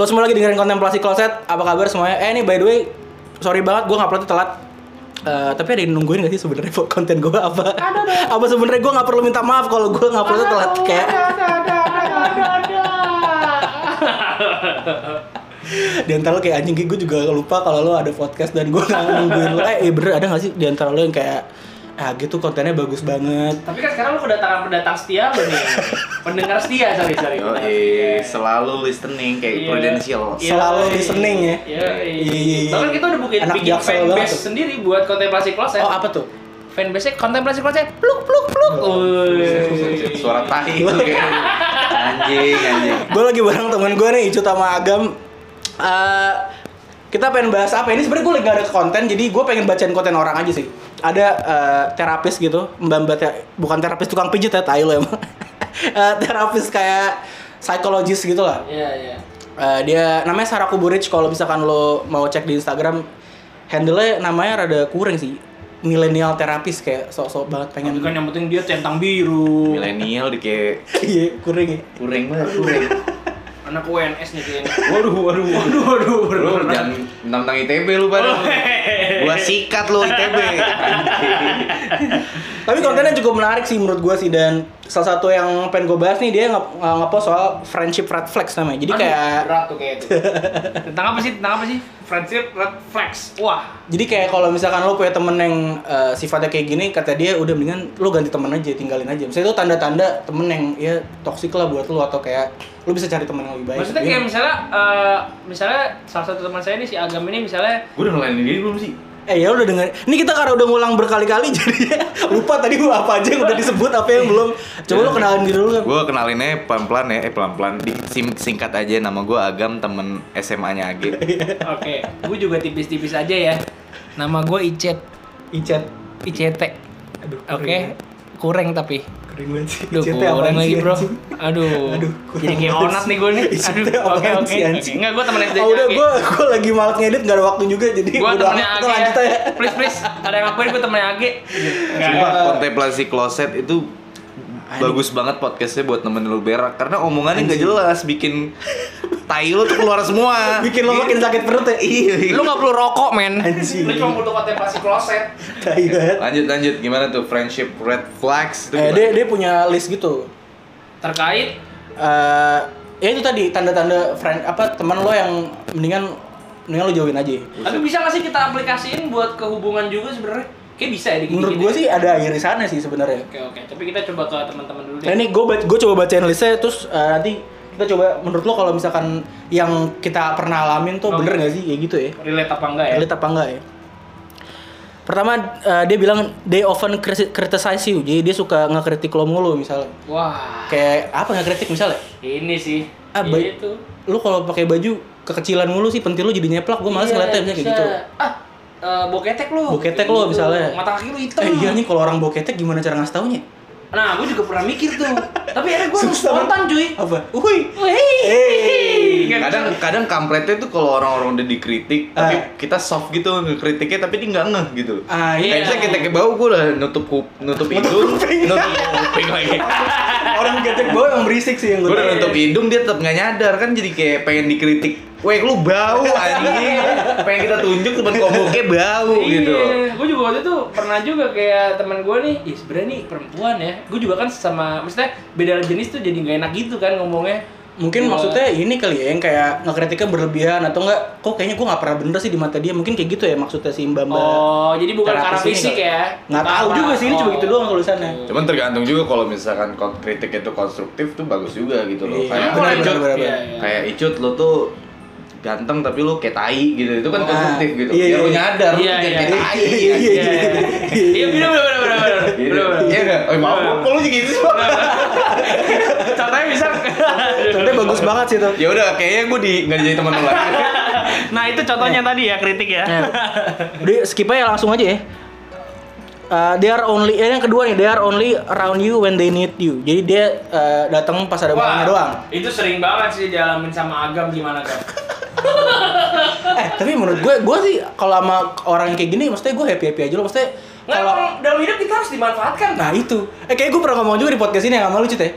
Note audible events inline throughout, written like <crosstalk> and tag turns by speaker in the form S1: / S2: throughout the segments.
S1: Lo semua lagi dengerin kontemplasi kloset. Apa kabar semuanya? Eh ini by the way, sorry banget gue nguploadnya telat. Eh, tapi ada yang nungguin gak sih sebenarnya konten gue apa?
S2: Ada dong.
S1: Apa sebenarnya gue nggak perlu minta maaf kalau gue nguploadnya telat kayak
S2: ada ada ada ada ada
S1: di antara lo kayak anjing gue juga lupa kalau lo ada podcast dan gue nggak nungguin lo. Eh iya bener ada gak sih di antara lo yang kayak ah gitu kontennya bagus banget.
S3: Tapi kan sekarang lu kedatangan pendatang setia lu nih. Pendengar setia, sorry, sorry. Pendengar setia.
S4: Yoi, selalu listening kayak
S3: Iya.
S4: prudential.
S3: Iya,
S1: Selalu
S3: iya.
S1: listening ya.
S3: Iya,
S1: Iya, iya, iya.
S3: Bahkan kita udah bikin,
S1: Anak
S3: bikin
S1: jaksel banget
S3: fanbase
S1: tuh.
S3: sendiri buat kontemplasi kloset.
S1: Oh apa tuh?
S3: Fanbase-nya kontemplasi kloset. Pluk, pluk, pluk. Woi.
S4: Suara tahi itu kayak anjing anjing.
S1: gue lagi bareng temen gue nih Icut sama Agam Eh, kita pengen bahas apa ini sebenarnya gue lagi gak ada konten jadi gue pengen bacain konten orang aja sih ada eh, terapis gitu mbak mbak te- bukan terapis tukang pijit ya tai lo emang <laughs> Eh, terapis kayak psikologis gitu lah
S3: Iya, iya.
S1: Eh, dia namanya Sarah Kuburich kalau misalkan lo mau cek di Instagram handle namanya rada kurang sih milenial terapis kayak sok-sok banget pengen
S3: Kan yang penting dia centang biru.
S4: Milenial di kayak
S1: <laughs> iya kuring ya
S4: kuring lah kuring.
S3: Anak UNS nih kayaknya.
S4: Waduh waduh
S3: Waduh, waduh, Oh, waduh.
S4: Lu jangan tentang ITB lu pada. Gua sikat lu ITB.
S1: Tapi kontennya cukup menarik sih menurut gue sih dan salah satu yang pengen gue bahas nih dia nge- nge- ngepost soal friendship red flags namanya. Jadi
S3: Aduh,
S1: kayak gitu.
S3: berat tuh kayak itu. <laughs> Tentang apa sih? Tentang apa sih? Friendship red flags. Wah.
S1: jadi kayak kalau misalkan lo punya temen yang eh, sifatnya kayak gini kata dia udah mendingan lo ganti temen aja tinggalin aja. Misalnya itu tanda-tanda temen yang ya toksik lah buat lo atau kayak lo bisa cari temen yang lebih baik. iya.
S3: Maksudnya
S1: Jadi,
S3: kayak misalnya eh, misalnya salah satu teman saya ini si Agam ini
S1: <laughs>
S3: misalnya
S4: <laughs> Gua udah ngelainin diri belum sih?
S1: eh ya udah denger. Ini kita karena udah ngulang berkali-kali <laughs> jadi ya lupa tadi gua apa aja yang udah disebut apa yang belum. Coba lo kenalin diri dulu kan.
S4: Gue kenalinnya pelan-pelan ya, eh pelan-pelan Di- sim- singkat aja nama gue Agam temen SMA-nya Agim
S3: Oke, gue juga tipis-tipis aja ya. Nama gue Icet,
S1: Icet.
S3: ICT.
S1: Aduh.
S3: Oke, kurang tapi.
S1: Keren banget sih.
S3: Duh,
S1: ICT Iya. apaan
S3: kurang lagi
S1: sih,
S3: bro.
S1: anjing? <laughs>
S3: Aduh,
S1: Aduh,
S3: jadi
S1: kurang
S3: kayak
S1: banget
S3: onat
S1: sih.
S3: nih gue
S1: <laughs>
S3: nih.
S1: ICT
S3: Aduh, oke
S1: apaan
S3: oke.
S1: sih, anjing?
S3: Enggak, gue temen SD
S1: Oh udah gue gue lagi malas ngedit gak ada waktu juga jadi
S3: Gue
S1: udah
S3: temennya
S1: kita
S3: Age ya.
S1: lanjut
S3: <laughs>
S1: aja.
S3: Please, please. Ada yang ngakuin gue temennya
S1: <laughs>
S3: Age.
S4: Sumpah,
S1: Eh,
S4: kontemplasi kloset itu bagus banget podcastnya buat nemenin lu berak karena omongannya nggak jelas bikin tai lu tuh keluar semua
S1: <laughs> Bikin lo makin sakit perut ya.
S4: iya iya.
S3: Lu gak perlu rokok, men.
S1: Anjing.
S3: Lu cuma butuh kontemplasi kloset.
S1: Tai banget.
S4: lanjut lanjut gimana tuh friendship red flags
S1: Eh
S4: itu gimana?
S1: dia dia punya list gitu.
S3: Terkait
S1: Eh ya itu tadi tanda-tanda friend apa teman lo yang mendingan mendingan lo jauhin aja.
S3: tapi bisa gak sih kita aplikasiin buat kehubungan juga sebenarnya? Kayak bisa ya dikit-dikit
S1: Menurut
S3: ya.
S1: gue sih ada irisannya sih sebenarnya.
S3: Oke oke, tapi kita coba ke teman-teman dulu
S1: Nah
S3: deh.
S1: ini gue gue coba bacain listnya terus eh, nanti kita coba menurut lo kalau misalkan yang kita pernah alamin tuh
S3: Oke.
S1: bener gak sih kayak gitu ya?
S3: Relate apa enggak ya?
S1: elit apa enggak ya? Pertama eh, dia bilang they often criti- criticize you. Jadi dia suka ngekritik lo mulu misalnya.
S3: Wah,
S1: Kayak apa ngekritik misalnya?
S3: ini sih. Iya,
S1: Ah, baik.
S3: Itu.
S1: Lu kalau pakai baju kekecilan mulu sih pentil lu jadi nyeplak. Gue males
S3: Iya,
S1: ngeliatnya misalnya kayak
S3: bisa.
S1: gitu.
S3: Ah, eh, boketek lu.
S1: Boketek
S3: Kayak
S1: lu misalnya.
S3: Mata kaki lu hitam.
S1: Eh iya nih kalau orang boketek gimana cara ngasih taunya?
S3: Nah, gua juga pernah mikir
S1: <laughs>
S3: tuh. tapi akhirnya gua harus spontan, cuy.
S1: Apa? Uhuy.
S3: Wih. Nggak
S4: kadang
S3: bisa.
S4: kadang kampretnya tuh kalau orang-orang udah dikritik tapi
S1: Ah.
S4: kita soft gitu ngekritiknya tapi dia nggak ngeh gitu
S1: Ah
S4: Kayak
S1: iya.
S4: misalnya kita ke bau gue udah nutup kup, nutup hidung, nutup kuping lagi.
S1: orang boketek bau yang berisik sih yang
S4: Gue
S1: gue
S4: udah
S1: tahu.
S4: nutup hidung dia tetap nggak nyadar kan jadi kayak pengen dikritik. Weh lu bau anjing. pengen kita tunjuk temen komboke bau gitu.
S3: Iya, gue juga waktu itu pernah juga kayak teman gue nih, ih sebenarnya nih perempuan ya, gue juga kan sama, maksudnya beda jenis tuh jadi nggak enak gitu kan ngomongnya.
S1: Mungkin
S3: Gua-
S1: maksudnya ini kali ya yang kayak ngekritiknya berlebihan atau enggak kok kayaknya gue nggak pernah bener sih di mata dia. Mungkin kayak gitu ya maksudnya si Mbak Mbak.
S3: Oh, jadi bukan
S1: Terapis
S3: karena
S1: ini
S3: fisik
S1: kali.
S3: ya? Oh.
S1: Nggak tahu
S3: Karena-
S1: juga sih, ini cuma gitu doang tulisannya.
S4: Cuman tergantung juga kalau misalkan kon- kritik itu konstruktif tuh bagus juga gitu loh.
S1: Iya.
S4: Kayak
S1: Benar,
S4: kayak
S1: benar,
S4: icut,
S1: benar,
S3: benar.
S4: kayak icut lu tuh ganteng tapi lu kayak tai gitu. Itu
S1: Ah,
S4: kan konstruktif gitu.
S1: iya,
S4: Biar lu
S1: iya.
S4: nyadar lu
S3: Iya,
S4: jangan
S3: iya.
S4: kayak
S1: Iya,
S4: tai. anjing.
S3: Iya, iya, iya. Iya, bener bener bener bener bener.
S4: Gitu.
S3: bener, bener.
S4: Iya nggak? Oh, maaf, kok lu jadi gitu sih?
S3: Contohnya bisa.
S1: Contohnya bagus banget sih tuh.
S4: ya udah kayaknya gue di nggak jadi teman lu lagi
S3: Nah, itu contohnya tadi ya kritik ya.
S1: Udah skip aja langsung aja ya. Uh, they are only eh, yang kedua nih they are only around you when they need you. Jadi dia uh, datang pas ada orangnya doang.
S3: itu sering banget sih dialamin sama Agam gimana Gam?
S1: Eh tapi menurut gue gue sih kalau sama orang yang kayak gini maksudnya gue happy happy aja loh maksudnya
S3: Nggak,
S1: kalau
S3: emang dalam hidup kita harus dimanfaatkan.
S1: nah itu eh kayak gue pernah ngomong juga di podcast ini yang sama lu Cit ya.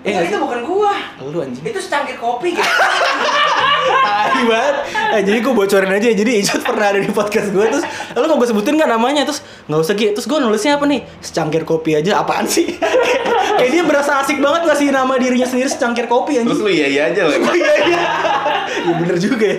S1: Eh
S3: Bukan,
S1: nggak
S3: itu bukan gua.
S1: sih? Lu anjing.
S3: Itu secangkir kopi gitu.
S1: Tai banget. Eh, jadi gue bocorin aja. Jadi Icut pernah ada di podcast gue terus lu mau gue sebutin nggak namanya terus nggak usah gitu. Terus gue nulisnya apa nih? Secangkir kopi aja. Apaan sih? <laughs> Kayak dia berasa asik banget ngasih nama dirinya sendiri secangkir kopi anjing.
S4: Terus lu iya iya aja lagi.
S1: Iya iya. Iya bener juga <laughs> ya.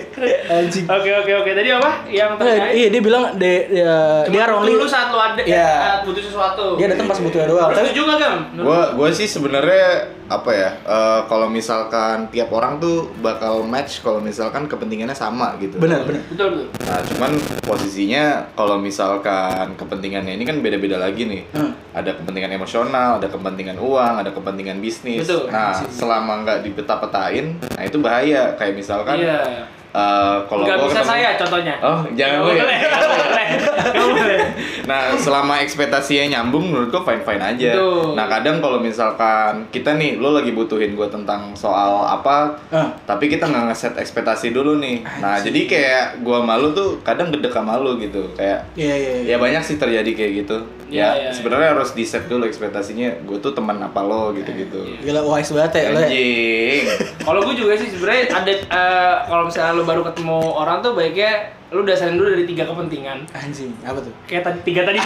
S1: Anjing.
S3: Oke oke oke. Tadi apa? Yang
S1: Eh,
S3: terkait.
S1: iya dia bilang de, de- dia only
S3: Lu saat lu ada eh,
S1: Iya.
S3: saat butuh sesuatu.
S1: dia datang pas butuhnya doang.
S3: Lu
S1: Tapi
S3: setuju nggak, Gam?
S4: Iya. Gua gua sih sebenarnya apa ya? eh, kalau misalkan tiap orang tuh bakal match kalau misalkan kepentingannya sama gitu.
S1: benar benar.
S3: Betul betul.
S4: Nah, cuman posisinya kalau misalkan kepentingannya ini kan beda-beda lagi nih.
S1: Hmm.
S4: Ada kepentingan emosional, ada kepentingan uang, ada kepentingan bisnis.
S3: Betul. Iya
S4: Nah, selama nggak dipeta-petain, nah itu bahaya. Kayak misalkan
S3: Iya.
S4: eh, Kan? kalau
S3: Nggak
S4: gua
S3: bisa
S4: ketemu-
S3: saya contohnya.
S4: Oh, jangan
S3: Nggak
S4: gue.
S3: boleh. nggak boleh, nggak boleh.
S4: Nah, selama ekspektasinya nyambung menurut gua fine-fine aja.
S3: Betul.
S4: Nah, kadang kalau misalkan kita nih lo lagi butuhin gua tentang soal apa,
S1: Ah.
S4: tapi kita nggak ngeset ekspektasi dulu nih. Nah, jadi kayak gua malu tuh kadang gede sama lo gitu. Kayak
S1: Iya iya. iya.
S4: ya banyak sih terjadi kayak gitu.
S3: Iya, iya,
S4: ya,
S3: iya.
S4: sebenarnya harus di set dulu ekspektasinya gue tuh teman apa lo gitu-gitu.
S1: Gila wise banget ya. lo ya. <laughs>
S4: Anjing.
S3: Kalau gue juga sih sebenarnya ada eh, kalau misalnya lu baru ketemu orang tuh baiknya lu dasarin dulu dari tiga kepentingan.
S1: Anjing, apa tuh?
S3: Kayak tadi tiga tadi.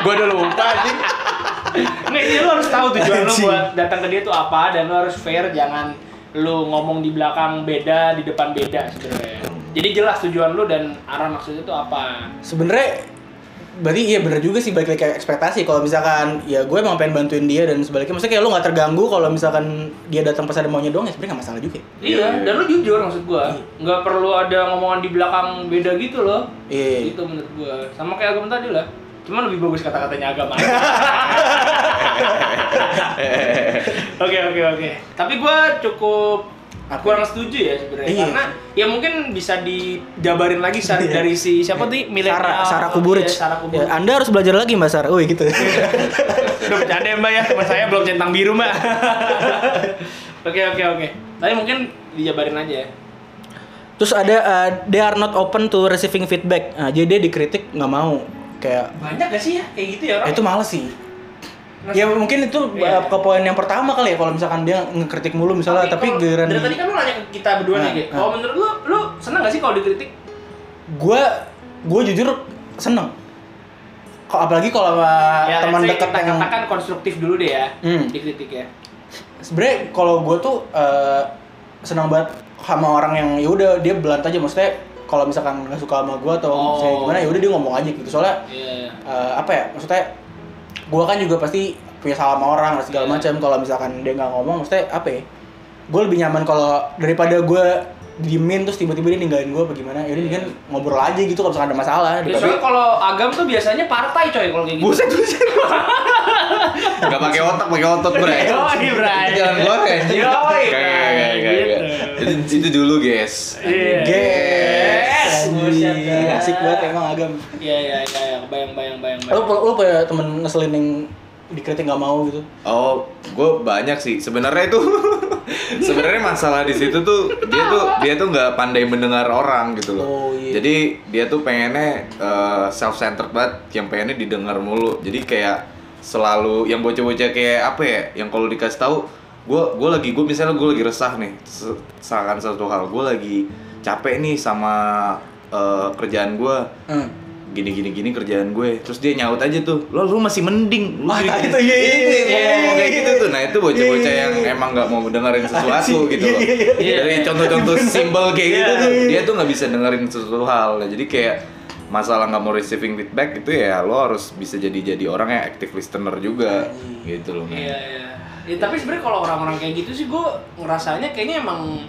S4: gua udah lupa anjing.
S3: Nih, jadi lu harus tahu tujuan lu
S1: Anjing.
S3: buat datang ke dia tuh apa dan lu harus fair jangan lu ngomong di belakang beda, di depan beda sebenarnya. Jadi jelas tujuan lu dan arah maksudnya tuh apa.
S1: sebenarnya berarti iya bener juga sih balik lagi ke ekspektasi kalau misalkan ya gue emang pengen bantuin dia dan sebaliknya maksudnya kayak lo nggak terganggu kalau misalkan dia datang pas ada maunya doang ya sebenarnya nggak masalah juga ya.
S4: Iya,
S3: Iya,
S4: iya.
S3: dan lu jujur maksud gua. Nggak perlu ada ngomongan di belakang beda gitu loh.
S1: iya
S3: Itu menurut gua. Sama kayak agama tadi lah. Cuman lebih bagus kata-katanya
S1: <laughs>
S3: agama. Oke oke oke. Tapi gua cukup
S1: Apa?
S3: kurang setuju ya sebenarnya
S1: Iya.
S3: karena ya mungkin bisa dijabarin lagi sar-
S1: Iya.
S3: dari si siapa tuh milenial
S1: Sarah Sarah
S3: Oh,
S1: Kuburic.
S3: iya, Sarah Iya. Kuburic.
S1: Ya, anda harus belajar lagi mbak Sarah. Wih gitu.
S3: Udah bercanda ya, mbak ya, teman saya belum centang biru mbak. Oke oke oke. Tapi mungkin dijabarin aja ya.
S1: <laughs> Terus ada uh, they are not open to receiving feedback. Nah, jadi dia dikritik nggak mau kayak
S3: Banyak gak sih ya kayak gitu ya
S1: "Eh,
S3: orang?
S1: itu males sih. Ya mungkin itu
S3: Iya.
S1: uh, ke poin yang pertama kali ya kalau misalkan dia ngekritik mulu misalnya tapi,
S3: kalau-
S1: giliran
S3: dari tadi kan lu nanya ke kita berdua nih,
S1: Nah,
S3: Ge.
S1: nah.
S3: Kalau menurut lu, lu seneng gak sih kalau dikritik?
S1: gue gue jujur seneng kok apalagi kalau sama
S3: Ya, let's
S1: Ah, teman
S3: say
S1: dekat
S3: kita
S1: yang
S3: katakan konstruktif dulu deh ya.
S1: Hmm.
S3: Dikritik ya.
S1: sebenernya kalau gue tuh eh, senang banget sama orang yang ya udah dia belant aja maksudnya kalau misalkan nggak suka sama gue atau
S3: Oh.
S1: misalnya gimana ya udah dia ngomong aja gitu soalnya
S3: Iya.
S1: eh, apa ya maksudnya gue kan juga pasti punya salah sama orang dan segala
S3: Iya.
S1: macam kalau misalkan dia nggak ngomong maksudnya apa ya gue lebih nyaman kalau daripada gue diemin terus tiba-tiba dia ninggalin gue apa gimana ya udah mendingan ngobrol aja gitu kalau misalkan ada masalah
S3: Ya, soalnya kalau agam tuh biasanya partai coy kalau kayak gitu.
S4: Buset, buset. Gak pakai otak, pakai otot, Bray.
S3: Yoi, Bray.
S4: Itu Jalan keluar kan?
S3: Yoi, Bray.
S4: Itu, itu dulu, guys.
S3: Iya.
S1: Yes,
S3: Buset,
S1: anjing.
S3: dah.
S1: asik banget emang agam.
S3: Iya iya iya, iya. bayang bayang bayang.
S1: Lu
S3: bayang.
S1: lu punya temen ngeselin yang dikritik nggak mau gitu?
S4: Oh, gue banyak sih. Sebenarnya itu, <laughs> sebenarnya masalah di situ tuh dia tuh dia tuh nggak pandai mendengar orang gitu loh.
S1: Oh, iya.
S4: Jadi dia tuh pengennya self centered banget, yang pengennya didengar mulu. Jadi kayak selalu yang bocah-bocah kayak apa ya, yang kalau dikasih tahu, gue gue lagi gue misalnya gue lagi resah nih, se- seakan satu hal gue lagi capek nih sama eh, kerjaan gue
S1: Hmm.
S4: gini gini gini kerjaan gue terus dia nyaut aja tuh lo lu masih mending lu
S1: Wah,
S4: gini-
S1: itu, iya, iya, iya,
S4: Ini, ngomong
S1: iya,
S4: kayak
S1: iya,
S4: gitu tuh nah itu bocah-bocah
S1: Iya, iya,
S4: yang
S1: iya.
S4: emang nggak mau
S1: <laughs>
S4: dengerin sesuatu
S1: Anjing,
S4: gitu
S1: iya,
S4: loh
S1: iya,
S3: iya.
S4: dari
S3: Iya.
S4: contoh-contoh simpel kayak gitu
S1: Iya,
S4: tuh
S1: iya.
S4: dia tuh nggak bisa dengerin sesuatu hal Nah, jadi kayak masalah nggak mau receiving feedback itu ya lo harus bisa jadi jadi orang yang active listener juga gitu
S3: Iya
S4: loh men.
S3: iya. Ya, tapi sebenarnya kalau orang-orang kayak gitu sih gue ngerasanya kayaknya emang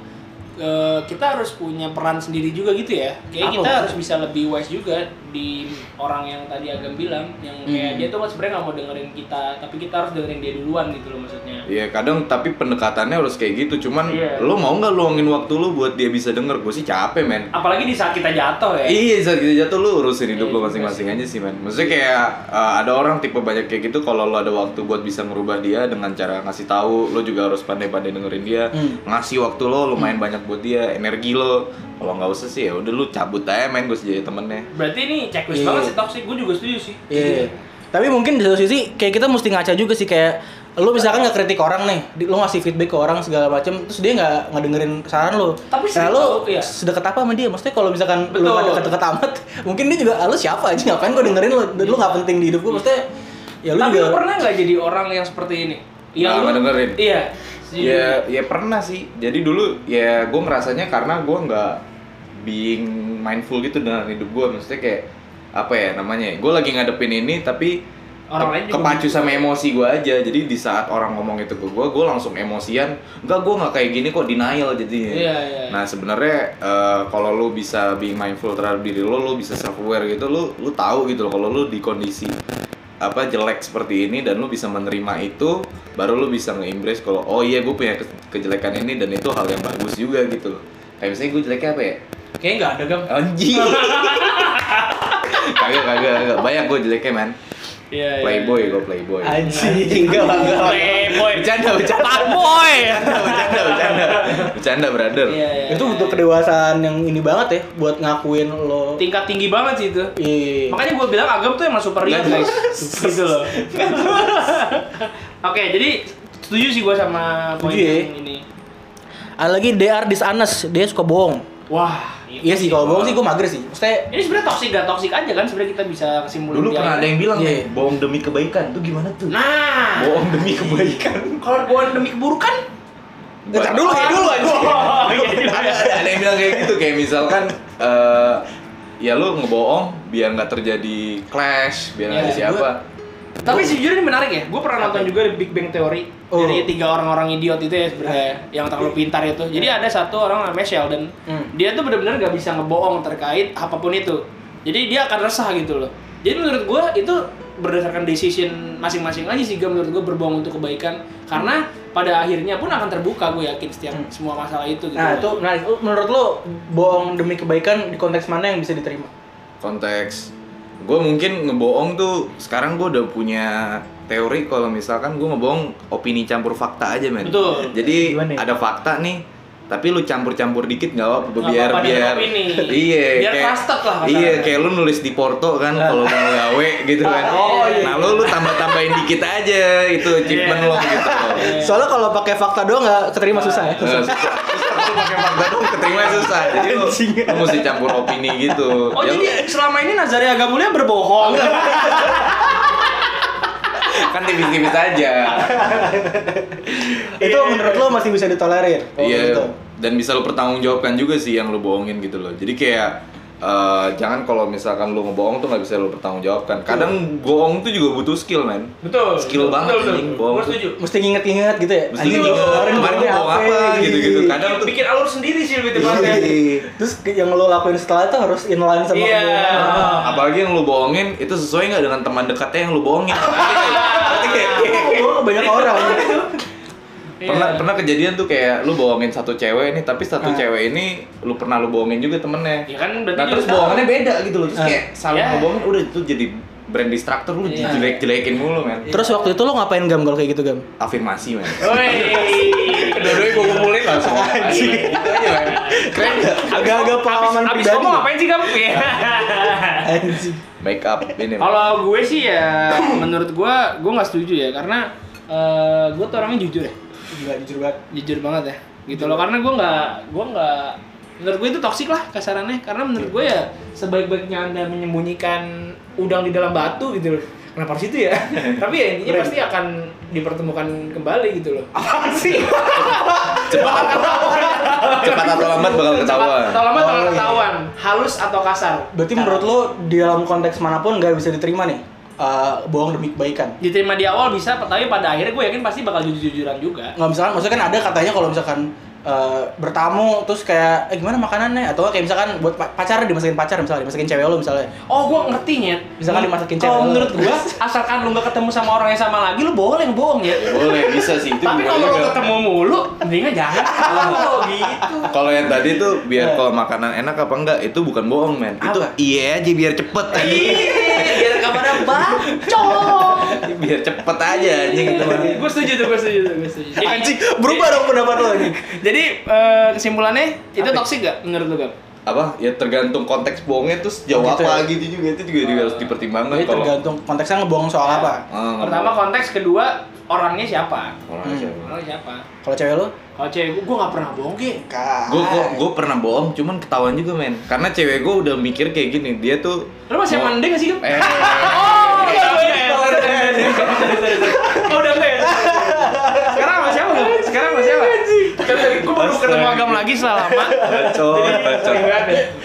S3: eh, kita harus punya peran sendiri juga gitu ya. Kayak
S1: Apa?
S3: kita harus bisa lebih wise juga di orang yang tadi agam bilang yang kayak
S1: Hmm.
S3: dia tuh kan sebenarnya nggak mau dengerin kita, tapi kita harus dengerin dia duluan gitu loh maksudnya.
S4: Iya kadang tapi pendekatannya harus kayak gitu cuman
S3: Iya.
S4: lo mau nggak luangin waktu lo buat dia bisa denger gue sih capek men
S3: Apalagi di saat kita jatuh ya.
S4: Iya, saat kita jatuh lu urusin
S3: Iya,
S4: hidup lu
S3: juga
S4: masing-masing aja sih, man. Maksudnya kayak uh, ada orang tipe banyak kayak gitu kalau lu ada waktu buat bisa ngerubah dia dengan cara ngasih tahu, lu juga harus pandai-pandai dengerin dia.
S1: Hmm.
S4: Ngasih waktu lo
S3: Hmm.
S4: lumayan banyak buat dia, energi lo. Kalau nggak usah sih ya udah lu cabut aja main gue jadi temennya.
S3: Berarti ini checklist
S1: Iya.
S3: banget sih toxic, gue juga setuju sih.
S1: Iya. Tapi mungkin di satu sisi kayak kita mesti ngaca juga sih kayak lu misalkan nggak kritik orang nih, di- lu ngasih feedback ke orang segala macem, terus dia nggak ngedengerin saran lu.
S3: Tapi
S1: nah,
S3: sering
S1: lu
S3: tau, iya.
S1: sedekat apa sama dia? Maksudnya kalau misalkan lu
S3: Betul.
S1: nggak deket-deket amat, <laughs> mungkin dia juga ah, lu siapa aja ngapain gua dengerin lu, lu nggak penting di hidup gua. Maksudnya ya lu
S3: Tapi
S1: juga
S3: lu pernah nggak jadi orang yang seperti ini? Yang
S4: Nggak
S3: lu-
S4: ngedengerin.
S3: Iya.
S4: Ya, ya pernah sih. Jadi dulu ya gue ngerasanya karena gue nggak being mindful gitu dengan hidup gue. Maksudnya kayak apa ya namanya? Gue lagi ngadepin ini tapi
S3: Orang
S4: ke-
S3: lain juga
S4: kepacu sama emosi gue aja. Jadi di saat orang ngomong itu ke gue, gue langsung emosian. Enggak, gue nggak kayak gini kok denial jadinya.
S3: Iya, iya.
S4: Nah sebenarnya eh, kalau lu bisa being mindful terhadap diri lu, lu bisa self aware gitu, lu lu tahu gitu loh kalau lu di kondisi apa jelek seperti ini dan lu bisa menerima itu, baru lu bisa nge-embrace kalau oh iya gue punya ke- kejelekan ini dan itu hal yang bagus juga gitu loh. Kayak misalnya gue jeleknya apa ya?
S3: Kayaknya nggak ada gam.
S4: Anjing.
S3: <laughs>
S4: kagak kagak kagak banyak gue jeleknya man.
S3: Iya. iya. Ah,
S4: Playboy gue playboy.
S1: anjing <laughs> enggak bangga.
S3: Playboy.
S4: Bercanda
S1: <laughs>
S4: bercanda.
S3: Fuckboy.
S4: Bercanda bercanda. Bercanda brother.
S3: Iya, iya.
S1: Itu butuh kedewasaan yang ini banget ya buat ngakuin lo.
S3: tingkat tinggi banget sih itu.
S1: Iya.
S3: Makanya gue bilang agam tuh emang super real
S4: Nggak
S3: guys. gitu loh. Oke, jadi setuju sih gue sama poin
S1: Setuju ya.
S3: yang ini.
S1: Ada lagi they are dishonest, dia suka bohong.
S3: Wah, itu
S1: Iya sih kalau bohong sih gue mager sih. Maksudnya
S3: Ini sebenarnya toksik gak toksik aja kan sebenarnya kita bisa kesimpulan.
S4: Dulu
S3: di
S4: pernah ada
S3: akhir.
S4: yang bilang
S1: Iya.
S4: nih, bohong demi kebaikan tuh gimana tuh?
S3: Nah,
S4: bohong demi kebaikan.
S3: kalau gue demi keburukan,
S1: Ntar dulu ya dulu aja.
S3: Wah, iya juga.
S4: Ada, ada, ada yang bilang kayak gitu kayak misalkan eh, ya lu ngebohong biar nggak terjadi clash, biar nggak ada
S3: Iya,
S4: siapa.
S3: Tapi sejujurnya ini menarik ya. Gue pernah nonton juga The Big Bang Theory
S1: Oh.
S3: dari tiga orang-orang idiot itu ya sebenarnya
S4: Iya.
S3: yang terlalu pintar itu. Jadi ada satu orang namanya Sheldon.
S1: Hmm.
S3: Dia tuh benar-benar gak bisa ngebohong terkait apapun itu. Jadi dia akan resah gitu loh. Jadi menurut gue itu berdasarkan decision masing-masing aja sih Gam. menurut gue berbohong untuk kebaikan karena pada akhirnya pun akan terbuka gue yakin setiap
S1: Hmm.
S3: semua masalah itu gitu.
S1: Nah itu menarik. Lu- Menurut lo bohong demi kebaikan di konteks mana yang bisa diterima?
S4: Konteks gue mungkin ngebohong tuh sekarang gue udah punya teori kalau misalkan gue ngebohong opini campur fakta aja men.
S3: Betul.
S4: Jadi
S1: Gimana ya?
S4: ada fakta nih tapi lu campur-campur dikit nggak apa-apa biar
S3: apa-apa, dia
S4: biar
S3: opini.
S4: iya
S3: Biar trusted lah
S4: iya
S3: masalahnya.
S4: kayak lu nulis di porto kan
S1: Nah.
S4: kalau mau gawe gitu
S3: <laughs>
S4: kan
S1: Oh, iya.
S4: nah lu lu tambah-tambahin dikit aja itu
S3: Iya.
S4: achievement lo gitu loh.
S1: Soalnya kalau pakai fakta doang nggak keterima susah ya.
S4: Terus aku pakai fakta tuh keterima susah. Jadi lu, lu mesti campur opini gitu.
S3: <laughs> Oh
S4: Ya lu-
S3: jadi selama ini Nazaria Agamulia berbohong.
S4: kan tipis-tipis aja.
S3: <laughs>
S1: itu menurut lo masih bisa ditolerir? Oh,
S4: Iya.
S1: gitu.
S4: Dan bisa lu pertanggungjawabkan juga sih yang lu bohongin gitu loh. Jadi kayak eh, jangan kalau misalkan lu ngebohong tuh nggak bisa lu pertanggungjawabkan. Kadang bohong tuh juga butuh skill, men.
S3: Betul.
S4: Skill
S3: Betul,
S4: banget,
S3: betul.
S4: anjing, bohong.
S3: Gue setuju.
S1: Mesti nginget-nginget gitu ya.
S4: Mesti
S1: Anjing,
S4: nginget,
S1: kemarin
S4: kemarin
S1: gua
S4: gua apa, gitu-gitu. kan. Kadang-
S3: Bikin, bikin alur sendiri sih lebih tepatnya.
S4: Iya.
S1: Terus ke- yang lo lakuin setelah itu harus inline sama
S3: Iya.
S4: <laughs>
S1: kebohongan.
S4: Ah, apalagi yang lu bohongin itu sesuai nggak dengan teman dekatnya yang lu
S3: <laughs>
S4: bohongin. Berarti kayak- kayak-
S1: Gua ke banyak orang.
S4: <laughs>
S3: Iya.
S4: pernah pernah kejadian tuh kayak lu bohongin satu cewek nih tapi
S1: Ah.
S4: satu cewek ini lu pernah lu bohongin juga temennya
S3: Ya kan berarti
S4: nah
S3: dia
S4: terus
S3: tahu.
S4: bohongannya beda gitu loh terus
S1: Ah.
S4: kayak saling
S3: Ya.
S4: ngebohongin udah itu jadi brand destructor lu
S3: Iya.
S4: jelek-jelekin mulu men
S1: Iya. Terus waktu itu lo ngapain gam kalau kayak gitu gam?
S4: afirmasi men
S3: Woi.
S4: dua-duanya gue kumpulin langsung anjing gitu aja men keren gak?
S1: Agak-agak pengalaman
S3: Abis
S1: pribadi.
S3: ngomong ngapain sih kamu? Ya.
S1: Anjing.
S4: make up ini men.
S3: Kalau gue sih ya menurut gue gue nggak setuju ya karena eh, gue tuh orangnya jujur ya.
S1: Gila jujur banget.
S3: jujur banget ya gitu loh karena gue nggak gue nggak menurut gue itu toksik lah kasarannya karena menurut gue ya sebaik-baiknya anda menyembunyikan udang di dalam batu gitu loh kenapa harus
S1: <laughs>
S3: itu ya tapi ya intinya pasti akan dipertemukan kembali gitu loh apa <laughs> sih
S4: cepat
S1: <laughs>
S4: cepat atau lambat bakal ketahuan
S3: atau lama
S1: Oh,
S3: atau
S1: iya.
S3: ketahuan halus atau kasar
S1: Berarti menurut lo di dalam konteks manapun nggak bisa diterima nih eh, bohong demi kebaikan.
S3: diterima di awal bisa tapi pada akhirnya gue yakin pasti bakal jujur-jujuran juga
S1: nggak misalkan maksudnya kan ada katanya kalau misalkan eh, bertamu terus kayak eh gimana makanannya atau kayak misalkan buat pa- pacar dimasakin pacar misalnya dimasakin cewek lo misalnya
S3: Oh, gua ngerti nyet.
S1: Misalkan dimasakin cewek
S3: Kalau
S1: lu.
S3: menurut gua, asalkan lu nggak ketemu sama orang yang sama lagi, lu boleh ngebohong ya.
S4: boleh bisa sih itu
S3: Tapi
S4: bukan
S3: kalau lu
S4: juga.
S3: ketemu mulu, mendingan jangan. Oh, <laughs> gitu.
S4: Kalau yang tadi
S3: Iya.
S4: tuh biar kalau makanan enak apa enggak itu bukan bohong men. Itu
S1: Apa?
S4: iya aja biar cepet aja.
S3: Iya. Ih, biar
S1: Iya,
S3: kepada bacok.
S4: biar cepet aja anjing itu mah.
S3: Gue setuju tuh, gue setuju tuh, gue setuju.
S1: Iya.
S3: Jadi, Kan
S1: anjing berubah dong pendapat lo anjing
S3: jadi eh, kesimpulannya itu toksik gak menurut lu, Gab?
S4: apa ya tergantung konteks bohongnya terus jauh
S1: Oh, gitu
S4: apa
S1: ya?
S4: gitu juga itu juga, juga
S3: Ah.
S4: harus dipertimbangkan
S1: Jadi
S4: kalau
S1: tergantung konteksnya ngebohong soal apa.
S4: Ah,
S3: Pertama Iya. konteks, kedua orangnya siapa?
S4: orangnya
S1: Hmm.
S4: siapa
S3: Orangnya siapa?
S1: Kalau cewek lu?
S3: Kalau cewek gue, gue gak pernah bohong, Ki.
S4: gue gue pernah bohong cuman ketahuan juga men karena cewek gue udah mikir kayak gini dia tuh
S3: Lu masih
S4: mau-
S3: sama Ande gak sih, Gem? <laughs>
S4: eh
S3: Oh, iya, iya, iya. Oh, udah fair. Sekarang sama siapa, Gem? Sekarang sama siapa? Gue Kan baru ketemu Agam lagi selama
S4: bacot bacot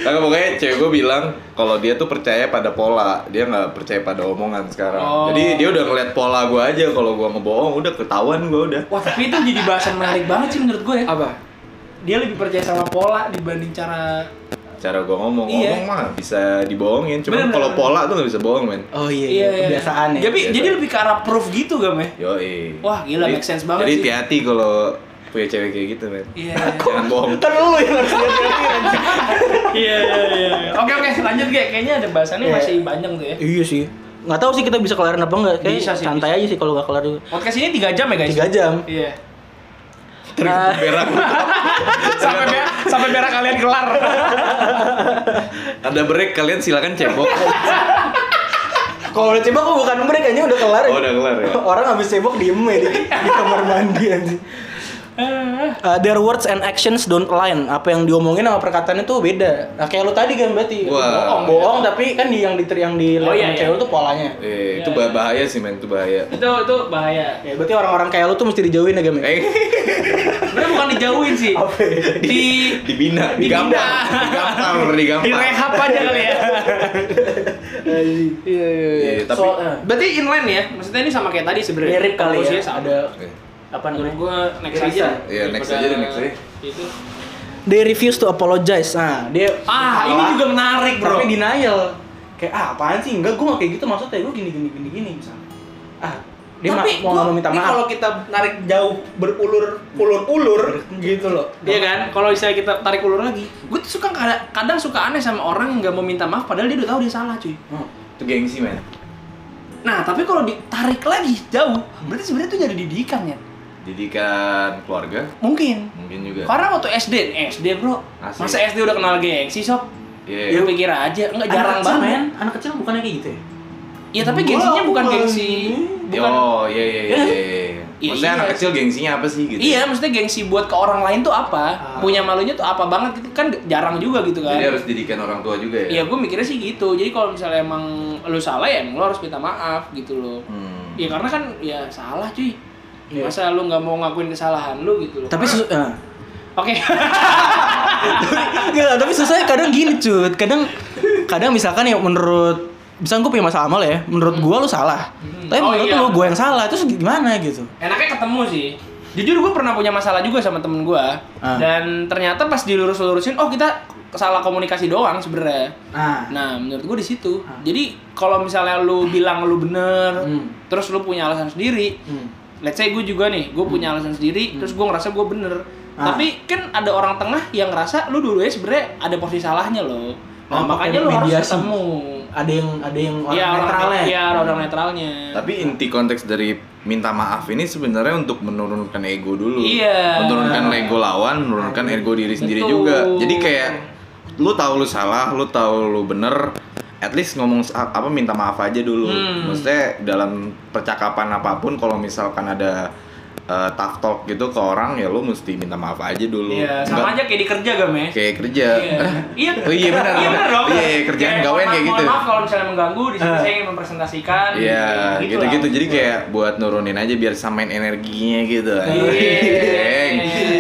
S4: Nah, pokoknya cewek gue bilang kalau dia tuh percaya pada pola, dia nggak percaya pada omongan sekarang.
S3: Oh.
S4: Jadi dia udah ngeliat pola gue aja kalau gue ngebohong, udah ketahuan gue udah.
S3: Wah, tapi itu jadi bahasan menarik banget sih menurut gue ya.
S1: Apa?
S3: Dia lebih percaya sama pola dibanding cara
S4: Cara gue ngomong,
S3: Iya.
S4: ngomong mah bisa dibohongin. Cuman
S3: Bener,
S4: kalau
S3: bener.
S4: pola tuh nggak bisa bohong men.
S1: Oh iya, iya. kebiasaan ya.
S3: Jadi, jadi lebih ke arah proof gitu, Gam ya?
S4: Yoi.
S3: Wah, gila,
S4: Jadi-
S3: make sense banget
S4: Jadi
S3: sih.
S4: hati-hati kalau punya cewek kayak gitu
S3: <laughs>
S4: men.
S3: Iya.
S4: Jangan bohong.
S1: Ntar lu yang harus ganti
S3: Iya, iya, iya. Oke, oke, lanjut, Ge. Kayaknya ada bahasannya
S1: Iya.
S3: masih panjang tuh ya.
S1: Iya sih. Nggak tahu sih kita bisa kelarin apa nggak? Kayak
S3: Bisa sih,
S1: santai aja sih kalau nggak kelar juga.
S3: Podcast ini 3 jam ya, guys?
S1: Tiga jam.
S3: Iya. Ah.
S1: Nah,
S4: Berak.
S3: <laughs> Sampai berak, sampai berak kalian kelar.
S4: Ada break kalian silakan
S3: <laughs>
S4: cebok.
S1: kalau udah cebok oh, bukan break aja udah kelar.
S4: Oh udah kelar ya.
S1: Orang habis cebok diem ya di, di kamar mandi anjing. Uh, their words and actions don't align. Apa yang diomongin sama perkataannya tuh beda. Nah, kayak lu tadi kan berarti bohong,
S4: Wah.
S1: bohong tapi kan di yang di yang di
S3: Oh, iya, iya.
S1: cewek lu tuh polanya.
S4: Eh, itu bah- bahaya sih men, itu bahaya.
S3: itu itu bahaya.
S1: Ya, berarti orang-orang kayak lu tuh mesti dijauhin ya, Gam. ya?
S4: Eh, <laughs>
S3: Sebenarnya bukan dijauhin sih.
S4: Oh.
S1: Apa ya?
S3: Di
S4: dibina,
S3: Dibina.
S4: digampar, digampar, digampar.
S3: direhab aja kali ya.
S1: Anjing.
S3: Iya, iya,
S4: Iya, tapi
S1: So, eh,
S3: Berarti inline ya? Maksudnya ini sama kayak tadi sebenarnya.
S1: mirip kali ya.
S3: Komposisinya sama.
S1: Ada
S4: Oke.
S1: apa namanya?
S3: Menurut gua next
S1: Bisa.
S3: aja.
S4: Iya, next
S3: Daripada
S4: aja deh, next aja.
S3: Itu.
S1: They refuse to apologize. Nah, dia
S3: Ah, ini
S1: salah,
S3: juga menarik, Bro.
S1: tapi denial. Kayak ah, apaan sih? Enggak, gua nggak kayak gitu maksudnya. Gua gini gini gini gini misalnya. Ah, dia ma- mau
S3: gua-
S1: nggak mau minta
S3: ini
S1: maaf.
S3: Kalau kita narik jauh berulur ulur ulur gitu loh. Iya kan? Kalau misalnya kita tarik ulur lagi, gue tuh suka kadang, kadang suka aneh sama orang nggak mau minta maaf padahal dia udah tahu dia salah, cuy.
S1: Hmm.
S4: itu gengsi men.
S3: Nah, tapi kalau ditarik lagi jauh,
S1: Hmm.
S3: berarti sebenarnya itu jadi didikan ya.
S4: Didikan keluarga
S3: Mungkin.
S4: mungkin
S1: Ya.
S4: juga.
S3: Karena waktu SD, SD bro,
S4: Asik.
S3: masa SD udah kenal gengsi sob?
S4: Iya.
S3: Lu pikir aja, nggak jarang
S1: Ya. Anak kecil,
S3: banget.
S1: men. Anak kecil bukannya kayak gitu ya?
S3: Iya tapi gengsinya bukan
S1: Wah,
S3: gengsi,
S4: Yo,
S3: bukan.
S4: iya iya iya. iya.
S3: Iya,
S4: Maksudnya
S3: iya.
S4: anak kecil gengsinya apa sih gitu?
S3: Iya, maksudnya gengsi buat ke orang lain tuh
S1: ya.
S3: apa?
S1: Ah. Iya,
S3: Punya malunya tuh apa banget gitu kan jarang juga gitu kan.
S4: Jadi harus didikan orang tua juga ya.
S3: Iya, gue mikirnya sih gitu. Jadi kalau misalnya emang lu salah ya emang lu harus minta maaf gitu loh.
S4: Hmm.
S3: Ya karena kan ya salah cuy.
S1: Iya.
S3: Masa lu nggak mau ngakuin kesalahan lu gitu loh.
S1: Tapi susu- ah.
S3: Oke.
S1: Gak, tapi susahnya kadang gini cut kadang kadang misalkan ya menurut misalkan gue punya masalah sama lo ya menurut gua lu salah
S3: Hmm.
S1: tapi
S3: Oh,
S1: menurut
S3: iya.
S1: lo gue yang salah terus gimana gitu
S3: Enaknya ketemu sih. Jujur gue pernah punya masalah juga sama temen gue
S1: Ah.
S3: dan ternyata pas dilurus-lurusin, oh kita salah komunikasi doang sebenarnya.
S1: ah
S3: Nah, menurut gue di situ.
S1: Ah.
S3: Jadi kalau misalnya lu bilang lu bener,
S1: Hmm.
S3: terus lu punya alasan sendiri. Let's say gue juga nih, gue punya alasan sendiri, terus gue ngerasa gue bener.
S1: Hmm. Ah.
S3: Tapi kan ada orang tengah yang ngerasa lu dulu ya sebenarnya ada posisi salahnya loh. Nah,
S1: Oh,
S3: makanya
S1: pakai
S3: lu harus
S1: mediasi.
S3: ketemu.
S1: ada yang ada yang orang
S3: Iya, orang
S1: netralnya
S3: Iya, orang netralnya.
S4: Tapi inti konteks dari minta maaf ini sebenarnya untuk menurunkan ego dulu.
S3: Iya.
S4: Menurunkan ego lawan, menurunkan ego diri sendiri
S3: Betul.
S4: juga. Jadi kayak lu tahu lu salah, lu tahu lu bener, at least ngomong sa- apa minta maaf aja dulu.
S3: Hmm.
S4: Maksudnya dalam percakapan apapun kalau misalkan ada eh, tough talk gitu ke orang ya lu mesti minta maaf aja dulu.
S3: Iya, sama
S4: Nggak
S3: aja kayak di kerja gam ya.
S4: Kayak kerja.
S3: Iya.
S4: Eh,
S3: Iya.
S4: <laughs> Oh iya benar.
S3: Iya benar dong.
S4: Iya, iya, kerjaan
S3: Kayak,
S4: gawean kayak
S3: mohon
S4: gitu. Ah.
S3: Maaf kalau misalnya mengganggu, di sini
S1: Eh.
S3: saya ingin mempresentasikan.
S4: Iya,
S3: gitu-gitu gitu lah.
S4: gitu-gitu. Jadi kayak buat nurunin aja biar samain energinya gitu. Anjing.
S3: Iya.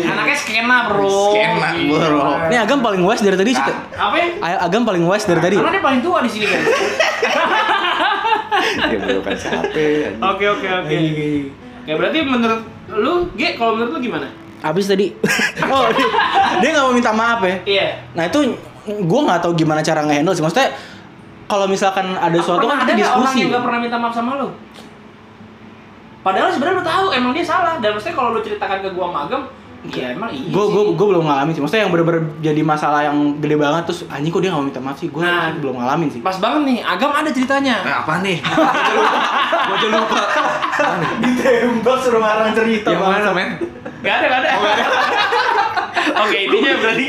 S3: Anaknya skena, Bro.
S4: Skena, bro.
S3: Gila.
S1: ini agam paling wise dari tadi sih
S4: Ah.
S3: Apa ya?
S1: A- agam paling wise dari tadi
S3: Karena dia paling tua di sini kan.
S4: Dia bukan sate.
S3: Oke, oke, oke. Ya berarti menurut lu, Ge, kalau menurut lu gimana?
S1: abis tadi <laughs> oh dia- dia nggak mau minta maaf ya
S3: Iya.
S1: nah itu gue nggak tahu gimana cara ngehandle sih maksudnya kalau misalkan ada sesuatu
S3: Pernah
S1: kan
S3: ada
S1: kita
S3: nggak orang
S1: diskusi
S3: yang gak pernah minta maaf sama lu? Padahal sebenarnya lu tahu emang dia salah dan maksudnya kalau lu ceritakan ke gua sama Agam, iya emang iya.
S1: gue
S3: sih.
S1: gue gue belum ngalamin sih maksudnya yang bener-bener jadi masalah yang gede banget terus anjing kok dia nggak mau minta maaf sih gue
S3: Nah.
S1: belum ngalamin
S3: <laughs>
S1: sih
S3: Pas banget nih, Agam ada ceritanya.
S4: Nah, apa nih? Gua aja lupa.
S1: ditembak suruh marah cerita
S3: Iya,
S4: Yang mana, men?
S3: Oh, Gak ada, gak ada. Oke, intinya berarti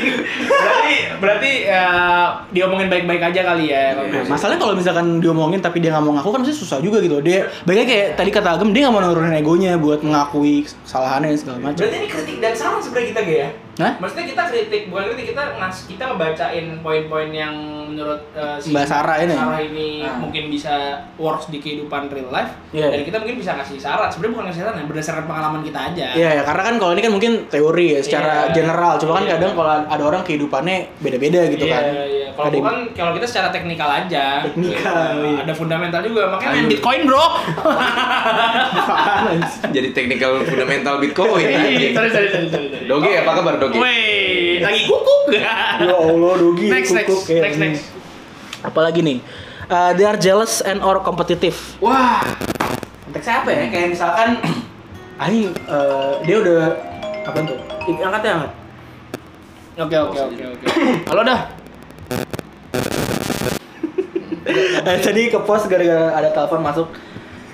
S3: berarti berarti eh, diomongin baik-baik aja kali ya. Bang.
S1: Nah, masalahnya kalau misalkan diomongin tapi dia nggak mau ngaku kan pasti susah juga gitu. Dia baiknya kayak tadi kata Agam dia nggak mau nurunin egonya buat mengakui kesalahannya dan segala macam.
S3: Berarti ini kritik dan saran sebenarnya kita gak ya?
S1: Hah?
S3: Maksudnya kita kritik, bukan kritik, kita ngas kita ngebacain poin-poin yang menurut eh, si
S1: Mbak Sarah ini.
S3: Sarah ini
S1: Ah.
S3: mungkin bisa works di kehidupan real life.
S1: Iya.
S3: Dan kita mungkin bisa ngasih saran. Sebenarnya bukan ngasih saran, ya, berdasarkan pengalaman kita aja.
S1: Iya, ya, karena kan kalau ini kan mungkin teori ya secara
S3: Iya.
S1: general. Cuma kan
S3: Iya.
S1: kadang kalau ada orang kehidupannya beda-beda gitu
S3: Iya,
S1: kan.
S3: iya. Kalau
S1: Ada yang-
S3: bukan kalau kita secara teknikal aja.
S1: Teknikal,
S3: Iya.
S1: iya.
S3: Ada fundamental juga. Makanya main
S4: Ayo.
S3: Bitcoin, Bro.
S1: Apaan sih?
S4: Jadi technical fundamental Bitcoin.
S3: Sorry,
S4: anjing.
S3: sorry, sorry, sorry, sorry.
S4: Doge apa kabar Doge?
S3: Iya, Weh, lagi kukuk.
S1: Ya Allah, Dogi.
S3: next, next,
S1: kukuk, ya.
S3: next, next.
S1: Apalagi nih? Uh, they are jealous and or competitive.
S3: Wah,
S1: Konteksnya apa ya? Kayak misalkan <clears throat> anjing uh, dia udah apa tuh? Ini Angkat ya, angkat.
S3: Oke oke oke oke. <clears throat> Halo dah.
S1: Eh, tadi ke pos gara-gara ada telepon masuk.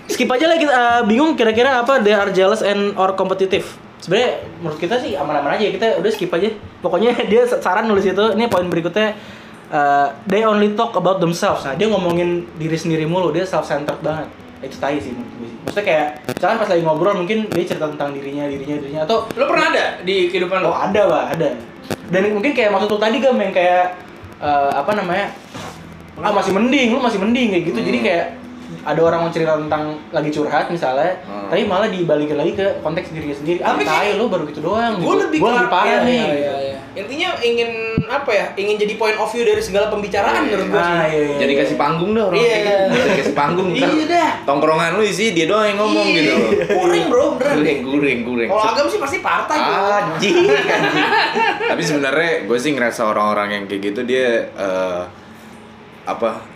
S1: Skip aja lah kita eh, bingung kira-kira apa they are jealous and or competitive. Sebenarnya menurut kita sih aman-aman aja kita udah skip aja. Pokoknya <laughs> dia saran nulis itu ini poin berikutnya eh, they only talk about themselves. Nah, dia ngomongin diri sendiri mulu, dia self centered banget. Itu tai sih menurut gue sih. Maksudnya kayak misalkan pas lagi ngobrol mungkin dia cerita tentang dirinya, dirinya, dirinya atau
S3: Lo pernah ada di kehidupan lo?
S1: Oh ada lah, ada. Dan mungkin kayak maksud lu tadi gam yang kayak eh, apa namanya? Ah masih mending, lu masih mending kayak gitu. Jadi
S4: Hmm.
S1: kayak ada orang mau cerita tentang lagi curhat misalnya,
S4: Hmm.
S1: tapi malah dibalikin lagi ke konteks dirinya sendiri. Ah,
S3: Tapi
S1: tai lu baru gitu doang.
S3: Gue
S1: gitu.
S3: Oh, lebih
S1: Gua
S3: kelar-
S1: parah
S3: iya,
S1: nih. gitu.
S3: iya, iya, iya. Intinya ingin apa ya? Ingin jadi point of view dari segala pembicaraan menurut gue sih.
S1: Ah, iya, iya,
S4: Jadi
S1: iya.
S4: kasih panggung dah orang.
S3: Iya.
S4: kayak gitu. Jadi kasih panggung. ntar
S3: Iya dah.
S4: Tongkrongan lu isi dia doang yang ngomong
S3: Iya,
S4: gitu. loh.
S3: Kuring bro, beneran.
S4: Guring, guring, guring.
S3: Kalau agam sih pasti partai.
S4: Ah, anjing, anjing. Tapi sebenarnya gue sih ngerasa orang-orang yang kayak gitu dia eh, apa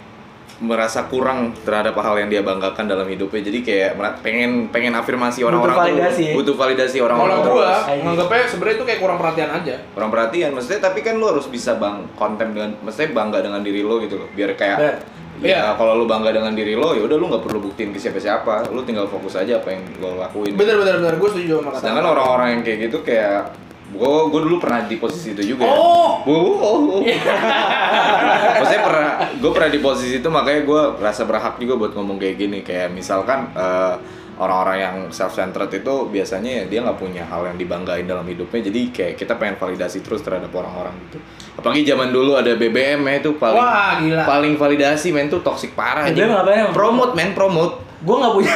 S4: merasa kurang terhadap hal yang dia banggakan dalam hidupnya. Jadi kayak mer- pengen pengen afirmasi
S1: Butuh
S4: orang-orang
S1: validasi ya?
S4: terus. Butuh validasi orang-orang
S3: Kalau
S4: terus.
S3: gue
S1: Iya.
S3: nganggapnya sebenarnya itu kayak kurang perhatian aja.
S4: Orang perhatian maksudnya tapi kan lu harus bisa bang konten dengan maksudnya bangga dengan diri lo gitu loh. Biar kayak
S1: Bet.
S4: Ya,
S3: Iya.
S4: kalau lu bangga dengan diri lo, ya udah lu nggak perlu buktiin ke siapa-siapa. Lu tinggal fokus aja apa yang lo lakuin.
S3: Bener bener bener, gue setuju sama kata.
S4: Sedangkan orang-orang yang kayak gitu kayak gue gue dulu pernah di posisi itu juga. ya.
S3: Oh! Iya.
S4: Gua- gua- oh, oh. <laughs> Maksudnya pernah gue pernah di posisi itu makanya gue rasa berhak juga buat ngomong kayak gini kayak misalkan eh, orang-orang yang self centered itu biasanya ya dia nggak punya hal yang dibanggain dalam hidupnya jadi kayak kita pengen validasi terus terhadap orang-orang gitu apalagi zaman dulu ada BBM ya itu paling
S3: Wah, gila.
S4: paling validasi men tuh toksik parah
S1: BBM
S4: anjing.
S1: ngapain emang?
S4: promote men promote
S1: Gua nggak punya.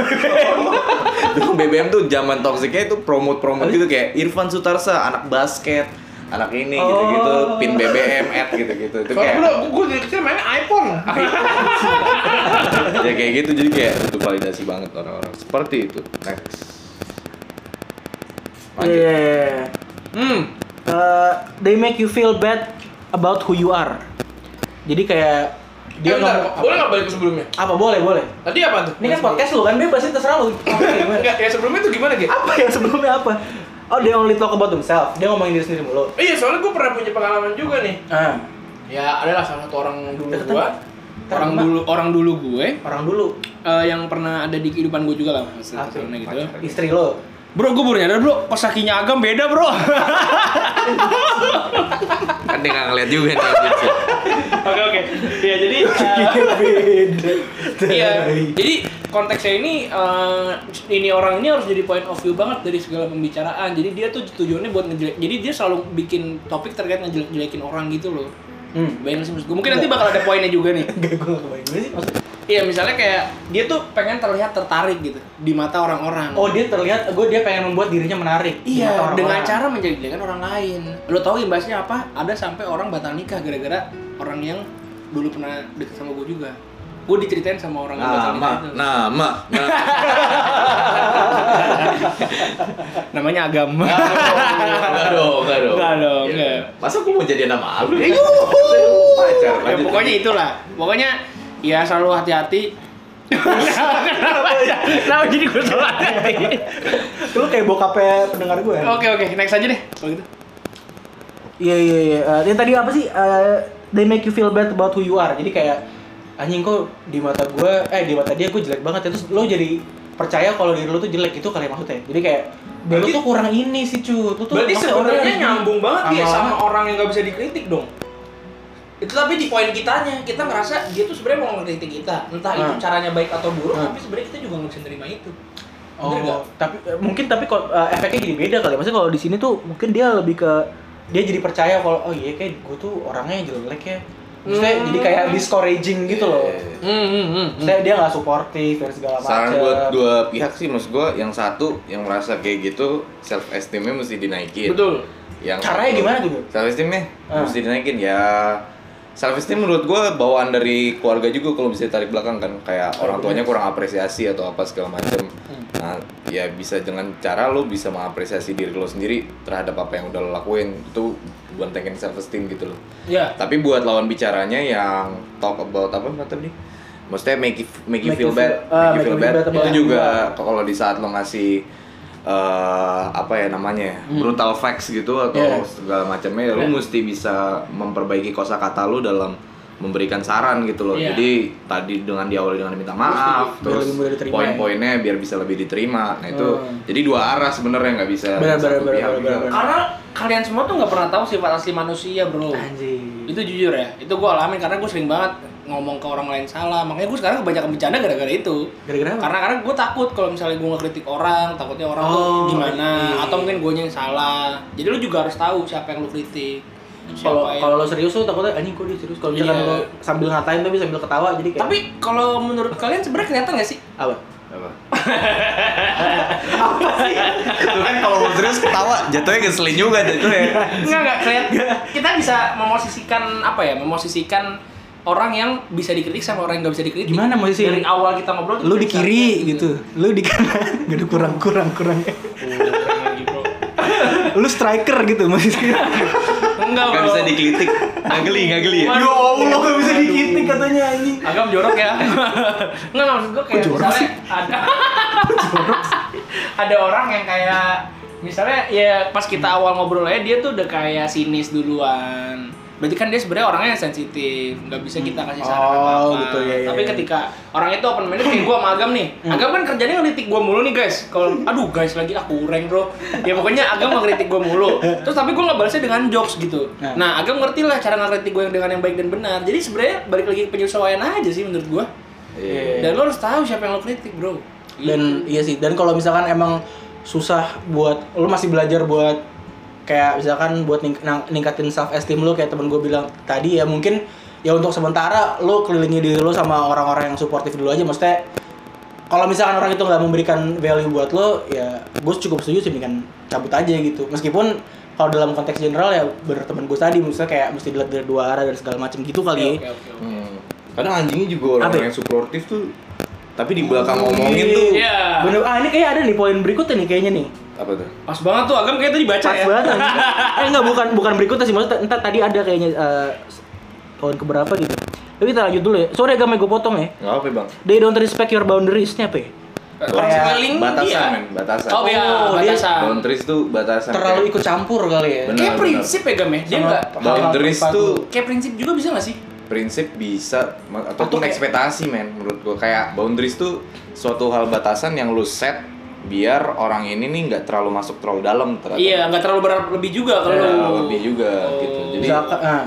S4: Dulu BBM tuh zaman toksiknya itu promote-promote gitu kayak Irfan Sutarsa anak basket, anak ini
S1: Oh.
S4: gitu-gitu, pin BBM ad gitu-gitu. Itu
S3: Soalnya
S4: kayak
S3: bro, gue dari kecil mainnya iPhone.
S4: ya kayak gitu jadi kayak itu validasi banget orang-orang. Seperti itu. Next. Lanjut.
S1: Iya, iya, iya.
S3: Hmm.
S1: Eh, they make you feel bad about who you are. Jadi kayak
S3: Dia
S1: dia ngomong-
S3: Eh, boleh nggak balik ke sebelumnya?
S1: apa boleh boleh.
S3: Tadi apa tuh?
S1: Ini kan podcast lu kan bebas sih terserah lu. Apa gimana?
S3: Enggak, ya sebelumnya tuh gimana gitu?
S1: apa yang sebelumnya apa? Oh, they only talk about themselves. Dia ngomongin diri sendiri mulu.
S3: Iya, soalnya gue pernah punya pengalaman juga nih.
S1: Ah,
S3: Ya, adalah salah satu orang dulu
S1: Deketan.
S3: gua.
S1: Deketan,
S3: Orang
S1: Mbak.
S3: dulu orang dulu gue
S1: orang dulu,
S3: eh, yang pernah ada di kehidupan gue juga lah maksudnya
S1: Apa?
S3: maksudnya gitu.
S1: istri lo.
S3: Bro, gue baru nyadar bro, kos kakinya agam beda bro.
S4: Kan dia nggak ngeliat juga nih. anjing.
S3: Oke oke. Ya jadi Iya.
S1: <laughs>
S3: Jadi konteksnya ini eh, ini orang ini harus jadi point of view banget dari segala pembicaraan. Jadi dia tuh tujuannya buat ngejelek. Jadi dia selalu bikin topik terkait ngejelek-jelekin orang gitu loh.
S1: Hmm.
S3: Bayangin sih maksud gue. Mungkin nanti bakal ada poinnya juga nih.
S1: Gak gue gak kebayang sih maksudnya.
S3: Iya, misalnya kayak dia tuh pengen terlihat tertarik gitu di mata orang-orang.
S1: Oh dia terlihat, gue dia pengen membuat dirinya menarik. di mata
S3: Iya,
S1: orang-orang.
S3: dengan cara menjadikan orang lain. Lo tau imbasnya apa? Ada sampai orang batal nikah gara-gara orang yang dulu pernah deket sama gue juga. Gue diceritain sama orang yang batal
S4: Nama,
S3: nikah. itu.
S4: nama, nama.
S3: Namanya agama.
S4: Nah. Enggak dong, enggak Ya, dong.
S3: Nggak dong,
S4: Ya,
S3: nggak.
S4: Masa gue mau jadi nama lu?
S3: Yuhu.
S4: Pacar.
S3: ya,
S4: lanjut.
S3: pokoknya itulah. Pokoknya ya selalu hati-hati. Kenapa ya? Kenapa jadi gue selalu hati-hati?
S1: Lu kayak bokapnya pendengar gue. ya?
S3: Oke oke, next aja deh. Kalau gitu.
S1: Iya iya iya. Eh, yang tadi apa sih? Eh, they make you feel bad about who you are. Jadi kayak anjing kok di mata gue, eh di mata dia gue jelek banget. Ya. Terus lo jadi percaya kalau diri lu tuh jelek itu kali ya maksudnya. Jadi kayak lu
S3: Berarti-
S1: tuh kurang ini sih cu. Lu tuh
S3: Berarti
S1: maksudnya
S3: sebenarnya
S1: orang-
S3: nyambung banget ya
S1: sama-
S3: sama orang yang nggak bisa dikritik dong. Itu tapi di poin kitanya, kita ngerasa dia tuh sebenarnya mau ngekritik kita. Entah itu
S1: Hmm.
S3: caranya baik atau buruk,
S1: Hmm.
S3: tapi sebenarnya kita juga nggak bisa nerima itu.
S1: Oh,
S3: Bener nggak?
S1: tapi eh, mungkin tapi kalau eh, efeknya jadi beda kali. ya. Maksudnya kalau di sini tuh mungkin dia lebih ke dia jadi percaya kalau oh iya kayak gue tuh orangnya jelek ya. Maksudnya
S3: Hmm.
S1: jadi kayak discouraging gitu loh.
S3: Hmm, hmm, hmm.
S1: Maksudnya dia nggak suportif dan segala macam.
S4: Saran buat dua pihak sih maksud gua yang satu yang merasa kayak gitu self esteemnya mesti dinaikin.
S3: Betul.
S4: Yang
S1: Caranya
S4: satu-
S1: gimana gitu?
S4: Self esteemnya
S1: Ah.
S4: mesti dinaikin ya. Self esteem menurut gua bawaan dari keluarga juga kalau bisa tarik belakang kan kayak orang tuanya kurang apresiasi atau apa segala macam.
S1: Hmm.
S4: Nah, ya bisa dengan cara lo bisa mengapresiasi diri lo sendiri terhadap apa yang udah lo lakuin itu bukan tanking self esteem gitu loh.
S1: Iya.
S3: Ya.
S4: Tapi buat lawan bicaranya yang talk about apa mata nih? Maksudnya make you, make
S1: Make
S4: you
S1: you feel-
S4: feel bad,
S1: ah,
S4: make you feel bad.
S1: about
S4: Itu
S1: yang
S4: juga kalau di saat lo ngasih eh, apa ya namanya ya,
S1: Hmm.
S4: brutal facts gitu atau
S1: Yeah.
S4: segala
S1: Iya.
S4: macamnya, lo mesti bisa memperbaiki kosakata lo dalam memberikan saran gitu loh.
S3: Yeah.
S4: Jadi tadi dengan diawali dengan minta maaf,
S1: Biar
S4: terus
S1: Iya. lebih mudah diterima ya.
S4: poin-poinnya biar bisa lebih diterima. Nah itu
S1: Hmm.
S4: jadi dua arah sebenarnya nggak bisa
S1: Benar,
S4: satu
S1: benar, benar,
S4: pihak
S1: benar,
S4: juga.
S1: benar, benar.
S3: Karena kalian semua tuh nggak pernah tahu sifat asli manusia, bro.
S1: Anjing.
S3: itu jujur ya itu gue alamin karena gue sering banget ngomong ke orang lain salah makanya gue sekarang kebanyakan bercanda gara-gara itu
S1: Gara-gara apa?
S3: karena karena gue takut kalau misalnya gue ngekritik orang takutnya orang
S1: Oh,
S3: tuh gimana
S1: iya.
S3: atau mungkin gue yang salah jadi lu juga harus tahu siapa yang lu kritik
S1: Kalau
S3: siapa yang-
S1: kalau lo serius tuh takutnya anjing kok dia serius. Kalau misalkan
S3: Iya.
S1: lo sambil ngatain tapi sambil ketawa jadi kayak
S3: tapi kalau menurut kalian sebenarnya kelihatan gak sih
S1: apa?
S4: Apa? itu kan kalau mau serius ketawa jatuhnya ngeselin juga jatuhnya
S3: Enggak, enggak,
S1: <laughs>
S3: kelihatan. Kita bisa memosisikan apa ya? Memosisikan orang yang bisa dikritik sama orang yang nggak bisa dikritik.
S1: Gimana posisi?
S3: Dari awal kita ngobrol tuh
S1: Lu
S3: kita
S1: di
S3: bisa
S1: kiri
S3: lihat
S1: gitu. Lu di kanan. <laughs> Gak ada kurang kurang kurang. Lu striker gitu maksudnya.
S3: Enggak,
S4: nggak
S3: bro.
S4: bisa dikritik nggak geli nggak geli ya
S3: Waduh.
S1: Allah gak bisa dikitik katanya anjing.
S3: Agak jorok ya. Enggak maksud gue kayak
S1: Kok jorok
S3: misalnya
S1: sih?
S3: ada ada orang yang kayak misalnya ya pas kita awal ngobrol aja dia tuh udah kayak sinis duluan. Berarti kan dia sebenarnya orangnya sensitif, nggak bisa kita kasih saran
S1: Oh,
S3: apa-apa.
S1: gitu, iya, iya,
S3: Tapi
S1: iya.
S3: ketika orang itu open minded kayak gue sama Agam nih.
S1: Hmm.
S3: Agam kan kerjanya ngelitik gue mulu nih guys.
S1: <laughs>
S3: Kalau aduh guys lagi aku kurang bro. Ya pokoknya Agam ngelitik gue mulu. Terus tapi gue nggak balasnya dengan jokes gitu.
S1: Nah.
S3: Nah, Agam ngerti lah cara ngelitik gue dengan yang baik dan benar. Jadi sebenarnya balik lagi ke penyesuaian aja sih menurut gue.
S1: Iya.
S3: Dan lo harus tahu siapa yang lo kritik, bro.
S1: dan
S4: Hmm.
S1: iya sih dan kalau misalkan emang susah buat lu masih belajar buat kayak misalkan buat ning- nang- ningkatin self esteem lu kayak temen gue bilang tadi ya mungkin ya untuk sementara lu kelilingi diri lu sama orang-orang yang suportif dulu aja maksudnya kalau misalkan orang itu nggak memberikan value buat lo ya gue cukup setuju sih mendingan cabut aja gitu meskipun kalau dalam konteks general ya bener temen gue tadi misalnya kayak mesti dilihat dari dua arah dan segala macam gitu kali
S3: Oke, oke, oke.
S4: Hmm. kadang anjingnya juga
S1: Apa ya?
S4: orang yang suportif tuh tapi di belakang ngomongin tuh
S3: Iya.
S1: bener ah ini kayak ada nih poin berikutnya nih kayaknya nih
S4: apa tuh
S3: Pas banget tuh Agam kayak tadi baca
S1: Pas
S3: ya.
S1: banget anjing. Eh enggak bukan bukan berikutnya sih maksudnya entar tadi ada kayaknya eh, tahun keberapa gitu. Tapi kita lanjut dulu ya. Sorry agak gue potong ya.
S4: nggak apa bang
S1: They don't respect your boundaries nya apa ya?
S3: Konseling Eh, dia.
S4: batasan men batasan
S3: Oh iya,
S1: Oh, dia
S3: batasan.
S4: boundaries tuh batasan
S1: Terlalu ikut campur kali ya.
S4: Bener.
S3: Kayak prinsip ya Gam ya. Dia
S1: Sama-
S3: nggak
S4: Kayak boundaries
S1: Hal-hal
S4: tuh
S3: kayak prinsip juga bisa nggak sih?
S4: prinsip bisa ma- ataupun
S1: kayak-
S4: ekspektasi men menurut gua kayak boundaries tuh suatu hal batasan yang lu set biar orang ini nih nggak terlalu masuk terlalu dalam terhadap
S3: Iya, nggak terlalu berharap lebih juga kalau.
S4: Ya, lebih juga
S3: Oh.
S4: gitu. Jadi
S1: Misalkan, ah,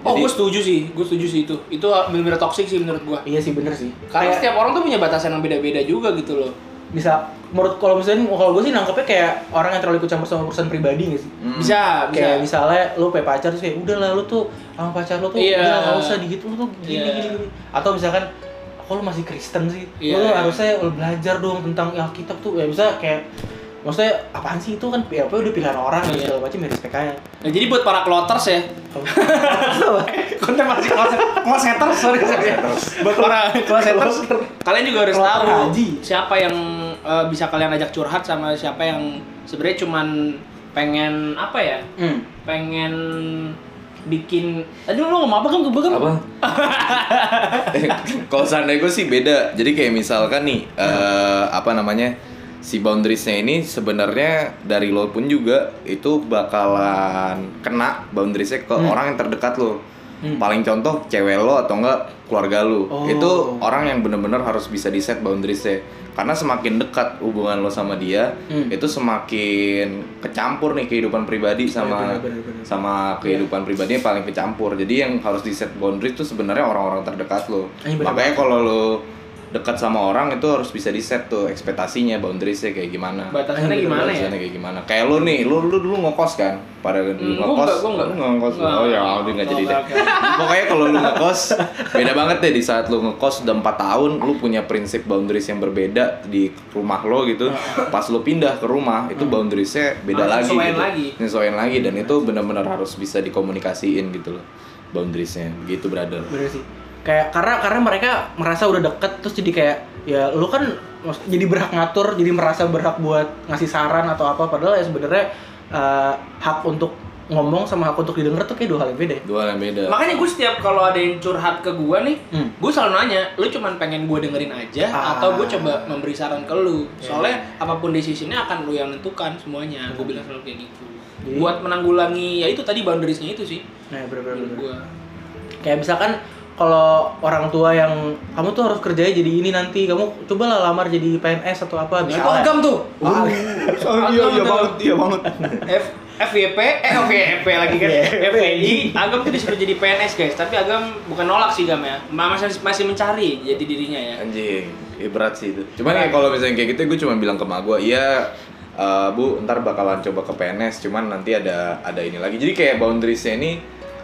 S3: Oh,
S4: Jadi-
S3: gue setuju sih. Gue setuju sih itu. Itu benar-benar toksik sih menurut gue.
S1: iya sih bener sih.
S3: Karena
S1: Kayak
S3: setiap orang tuh punya batasan yang beda-beda juga gitu loh.
S1: bisa menurut kalau misalnya kalau gue sih nangkepnya kayak orang yang terlalu ikut campur sama urusan pribadi gak sih?
S4: Hmm.
S3: Bisa, bisa.
S1: Kayak misalnya lu punya pacar terus kayak udah lah lu tuh sama pacar lu tuh
S3: Iya.
S1: udah gak usah digit lu tuh gini
S3: Iya.
S1: gini gini. Atau misalkan kok lu masih Kristen sih?
S3: Iya,
S1: Lu
S3: iya.
S1: harusnya lu belajar dong tentang Alkitab tuh ya bisa kayak maksudnya apaan sih itu kan ya apa udah pilihan orang
S3: Iya.
S1: gitu macam mirip PKN.
S3: Nah, jadi buat para kloters ya,
S1: <laughs>
S3: konten masih kelas kelas haters, sorry sorry. Buat para kelas haters, kalian juga harus
S1: Kloter
S3: tahu
S1: haji.
S3: siapa yang eh, bisa kalian ajak curhat sama siapa yang sebenarnya cuman pengen apa ya?
S1: Hmm.
S3: Pengen bikin tadi lu ngomong apa kan gue kan
S4: apa? Eh,
S1: <laughs>
S4: Kalau seandainya gue sih beda. Jadi kayak misalkan nih eh, apa namanya si boundariesnya ini sebenarnya dari lo pun juga itu bakalan kena boundariesnya ke
S1: Hmm.
S4: orang yang terdekat lo. Paling contoh cewek lo atau enggak keluarga lo.
S1: Oh.
S4: Itu orang yang bener-bener harus bisa di set boundariesnya. karena semakin dekat hubungan lo sama dia
S1: Hmm.
S4: itu semakin kecampur nih kehidupan pribadi
S1: Iya,
S4: sama
S1: benar, benar, benar.
S4: sama kehidupan pribadinya paling kecampur jadi yang harus di set boundaries itu sebenarnya orang-orang terdekat lo
S1: Eh, benar.
S4: makanya kalau lo dekat sama orang itu harus bisa di set tuh ekspektasinya boundariesnya kayak gimana
S3: Batasannya gimana ya?
S4: Batasannya kayak gimana kayak lo nih lo lo dulu ngokos kan pada
S3: Hmm,
S4: dulu
S3: gua enggak,
S4: ngokos
S3: gua enggak.
S4: Lu nggak ngokos
S3: Enggak.
S4: oh ya udah nggak jadi
S3: Enggak,
S4: deh
S3: enggak.
S4: Pokoknya kalau lu ngekos beda banget deh di saat lu ngekos udah 4 tahun lu punya prinsip boundaries yang berbeda di rumah lo gitu. Pas lu pindah ke rumah itu boundariesnya
S3: Hmm.
S4: beda
S3: Harus
S4: lagi
S3: nyesuaiin
S4: gitu.
S3: lagi.
S4: Nyesuaiin lagi dan itu benar-benar harus bisa dikomunikasiin gitu loh boundariesnya. Gitu brother.
S1: bener sih kayak karena karena mereka merasa udah deket terus jadi kayak ya lu kan maksud- jadi berhak ngatur jadi merasa berhak buat ngasih saran atau apa padahal ya sebenarnya eh, hak untuk ngomong sama hak untuk didengar tuh kayak dua hal yang beda ya.
S4: Dua hal yang beda.
S3: Makanya gue setiap kalau ada yang curhat ke gue nih,
S1: Hmm.
S3: gue selalu nanya, lu cuman pengen gue dengerin aja
S1: Ah. Iya.
S3: atau gue coba memberi saran ke lu? Soalnya apapun decisionnya akan lu yang nentukan semuanya.
S1: Hmm.
S3: Gue bilang selalu kayak gitu.
S1: Jadi-
S3: Buat menanggulangi ya itu tadi boundariesnya itu sih.
S1: Nah, bener bener,
S3: Menurut
S1: bener.
S3: gue.
S1: kayak misalkan kalau orang tua yang kamu tuh harus kerjanya jadi ini nanti kamu cobalah lamar jadi PNS atau apa
S3: Nah, itu agam tuh.
S1: Wah,
S3: iya, iya banget,
S4: iya banget.
S3: F FYP, eh FYP lagi kan, FPI, Agam tuh disuruh jadi PNS guys, tapi Agam bukan nolak sih Gam ya, masih masih mencari jadi dirinya ya.
S4: Anjing, ya berat sih itu. Cuman ya kalau misalnya kayak gitu, gue cuma bilang ke mak gue, iya eh, bu, ntar bakalan coba ke PNS, cuman nanti ada ada ini lagi. Jadi kayak boundariesnya ini,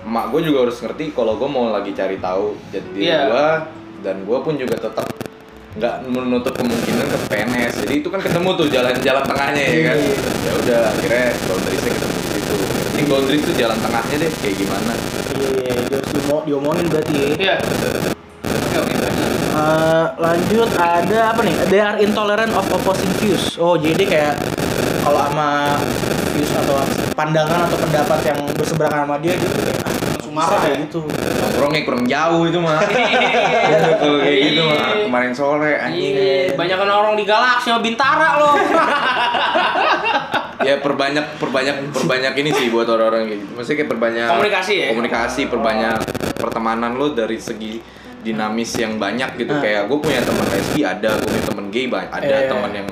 S4: mak gue juga harus ngerti kalau gue mau lagi cari tahu jadi
S3: Iya.
S4: gue dan gue pun juga tetap nggak menutup kemungkinan ke PNS. Jadi itu kan ketemu tuh jalan-jalan tengahnya ya kan. Ya udah, akhirnya boundariesnya ketemu di situ. Yang Penting boundaries tuh jalan tengahnya deh, kayak gimana.
S1: iya iya iya, harus diomo- diomongin berarti ya.
S3: Iya. Oke oke.
S1: Eh, lanjut ada apa nih? They are intolerant of opposing views. Oh, jadi dia kayak kalau sama views atau pandangan atau pendapat yang berseberangan sama dia gitu kayak ah,
S3: Langsung marah
S1: bisa
S3: ya.
S1: gitu.
S4: Nongkrongnya kurang jauh itu mah.
S1: Iya,
S3: Iya,
S4: Kalau kayak gitu mah kemarin sore anjing.
S3: Iya, banyak orang di galaksi sama bintara
S4: <laughs>
S3: loh.
S4: ya perbanyak perbanyak perbanyak ini sih buat orang-orang kayak gitu. Maksudnya kayak perbanyak
S3: Komunikasi ya?
S4: Komunikasi perbanyak pertemanan lo dari segi dinamis yang banyak gitu
S1: Ah.
S4: kayak gue punya teman lesbi ada, gue punya teman gay ba- ada,
S1: Eh.
S4: teman yang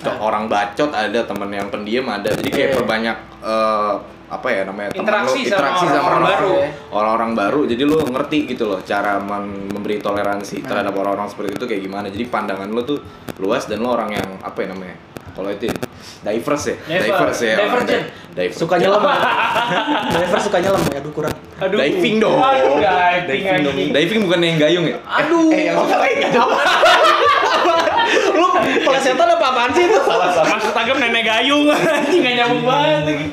S3: Ah.
S4: co- orang bacot ada, teman yang pendiam ada. Jadi kayak
S1: Eh.
S4: perbanyak eh, apa ya namanya teman lo,
S3: Interaksi sama orang-orang baru.
S4: orang-orang baru jadi lu ngerti gitu loh cara men- memberi toleransi
S3: Hmm.
S4: terhadap orang-orang seperti itu kayak gimana jadi pandangan lu tuh luas dan lu orang yang apa ya namanya kalau itu ya, diverse ya
S3: Diver-
S4: diverse ya orang Ah,
S3: divergent.
S4: di- diverse.
S1: Suka nyelam.
S3: <laughs>
S1: ya. Driver suka nyelam ya, aduh kurang.
S3: Aduh.
S4: diving dong
S3: Aduh, diving,
S4: diving dong
S3: anjing.
S4: diving bukan yang gayung ya
S3: Aduh.
S4: eh, yang apa
S1: <laughs> Lu pelesetan apa apaan sih itu?
S3: Maksud Agam nenek gayung <laughs> anjing gak nyambung banget lagi.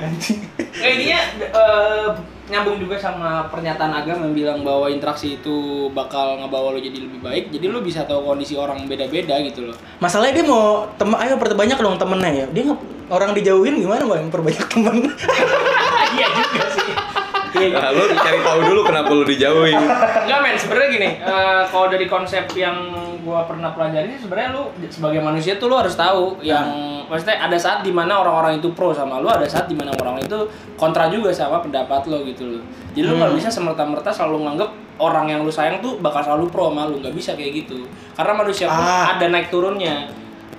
S3: Kayaknya eh, nyambung juga sama pernyataan Agam yang bilang bahwa interaksi itu bakal ngebawa lo jadi lebih baik. Jadi lo bisa tahu kondisi orang beda-beda gitu loh.
S1: Masalahnya dia mau temen, ayo perbanyak dong temennya ya. Dia nggak orang dijauhin gimana mau yang perbanyak temen? <laughs>
S3: Iya juga sih. Iya,
S4: nah, lu cari tahu dulu kenapa lu dijauhin
S3: Enggak men, sebenarnya gini, eh, kalau dari konsep yang gua pernah pelajari sih sebenarnya lu sebagai manusia tuh lu harus tahu yang maksudnya ada saat dimana orang-orang itu pro sama lu, ada saat dimana orang-orang itu kontra juga sama pendapat lo gitu loh. Jadi lu
S1: Hmm.
S3: nggak bisa semerta-merta selalu nganggep orang yang lu sayang tuh bakal selalu pro sama lu, nggak bisa kayak gitu. Karena manusia
S1: Ah.
S3: pun
S1: Hmm.
S3: ada naik turunnya.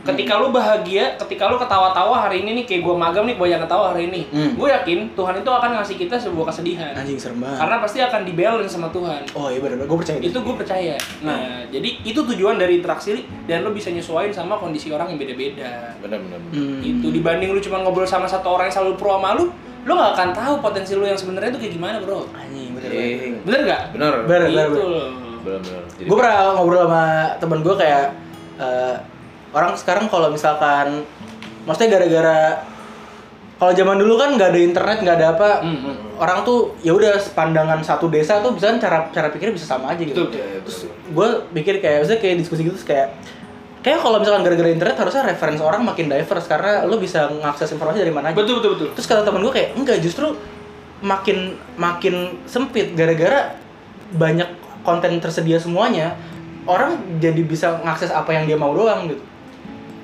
S3: Ketika lu bahagia, ketika lu ketawa-tawa hari ini nih kayak gua magang nih banyak ketawa hari ini.
S1: Hmm. Ah.
S3: Gue yakin Tuhan itu akan ngasih kita sebuah kesedihan.
S1: Anjing serem banget.
S3: Karena pasti akan dibalance sama Tuhan
S1: Oh iya benar, gue percaya
S3: itu gue percaya nah jadi itu tujuan dari interaksi dan lo bisa nyesuaiin sama kondisi orang yang beda-beda
S4: bener bener bener.
S1: Hmm.
S3: itu dibanding lu cuma ngobrol sama satu orang yang selalu pro sama lu lo nggak akan tahu potensi lu yang sebenarnya itu kayak gimana bro
S1: Anjing bener.
S4: Eh,
S3: bener nggak
S4: bener
S1: Bener. bener.
S3: Gitu loh.
S4: bener bener Jadi-
S1: gue pernah ngobrol sama temen gue kayak eh, orang sekarang kalau misalkan maksudnya gara-gara kalau zaman dulu kan nggak ada internet nggak ada apa
S3: Hmm, hmm.
S1: orang tuh ya udah pandangan satu desa tuh bisa cara cara pikirnya bisa sama aja gitu
S3: Betul.
S1: terus gue pikir kayak maksudnya kayak diskusi gitu terus kayak kayak kalau misalkan gara-gara internet harusnya reference orang makin diverse karena lo bisa ngakses informasi dari mana aja
S3: betul betul betul
S1: terus kata temen gue kayak enggak justru makin makin sempit gara-gara banyak konten tersedia semuanya orang jadi bisa ngakses apa yang dia mau doang gitu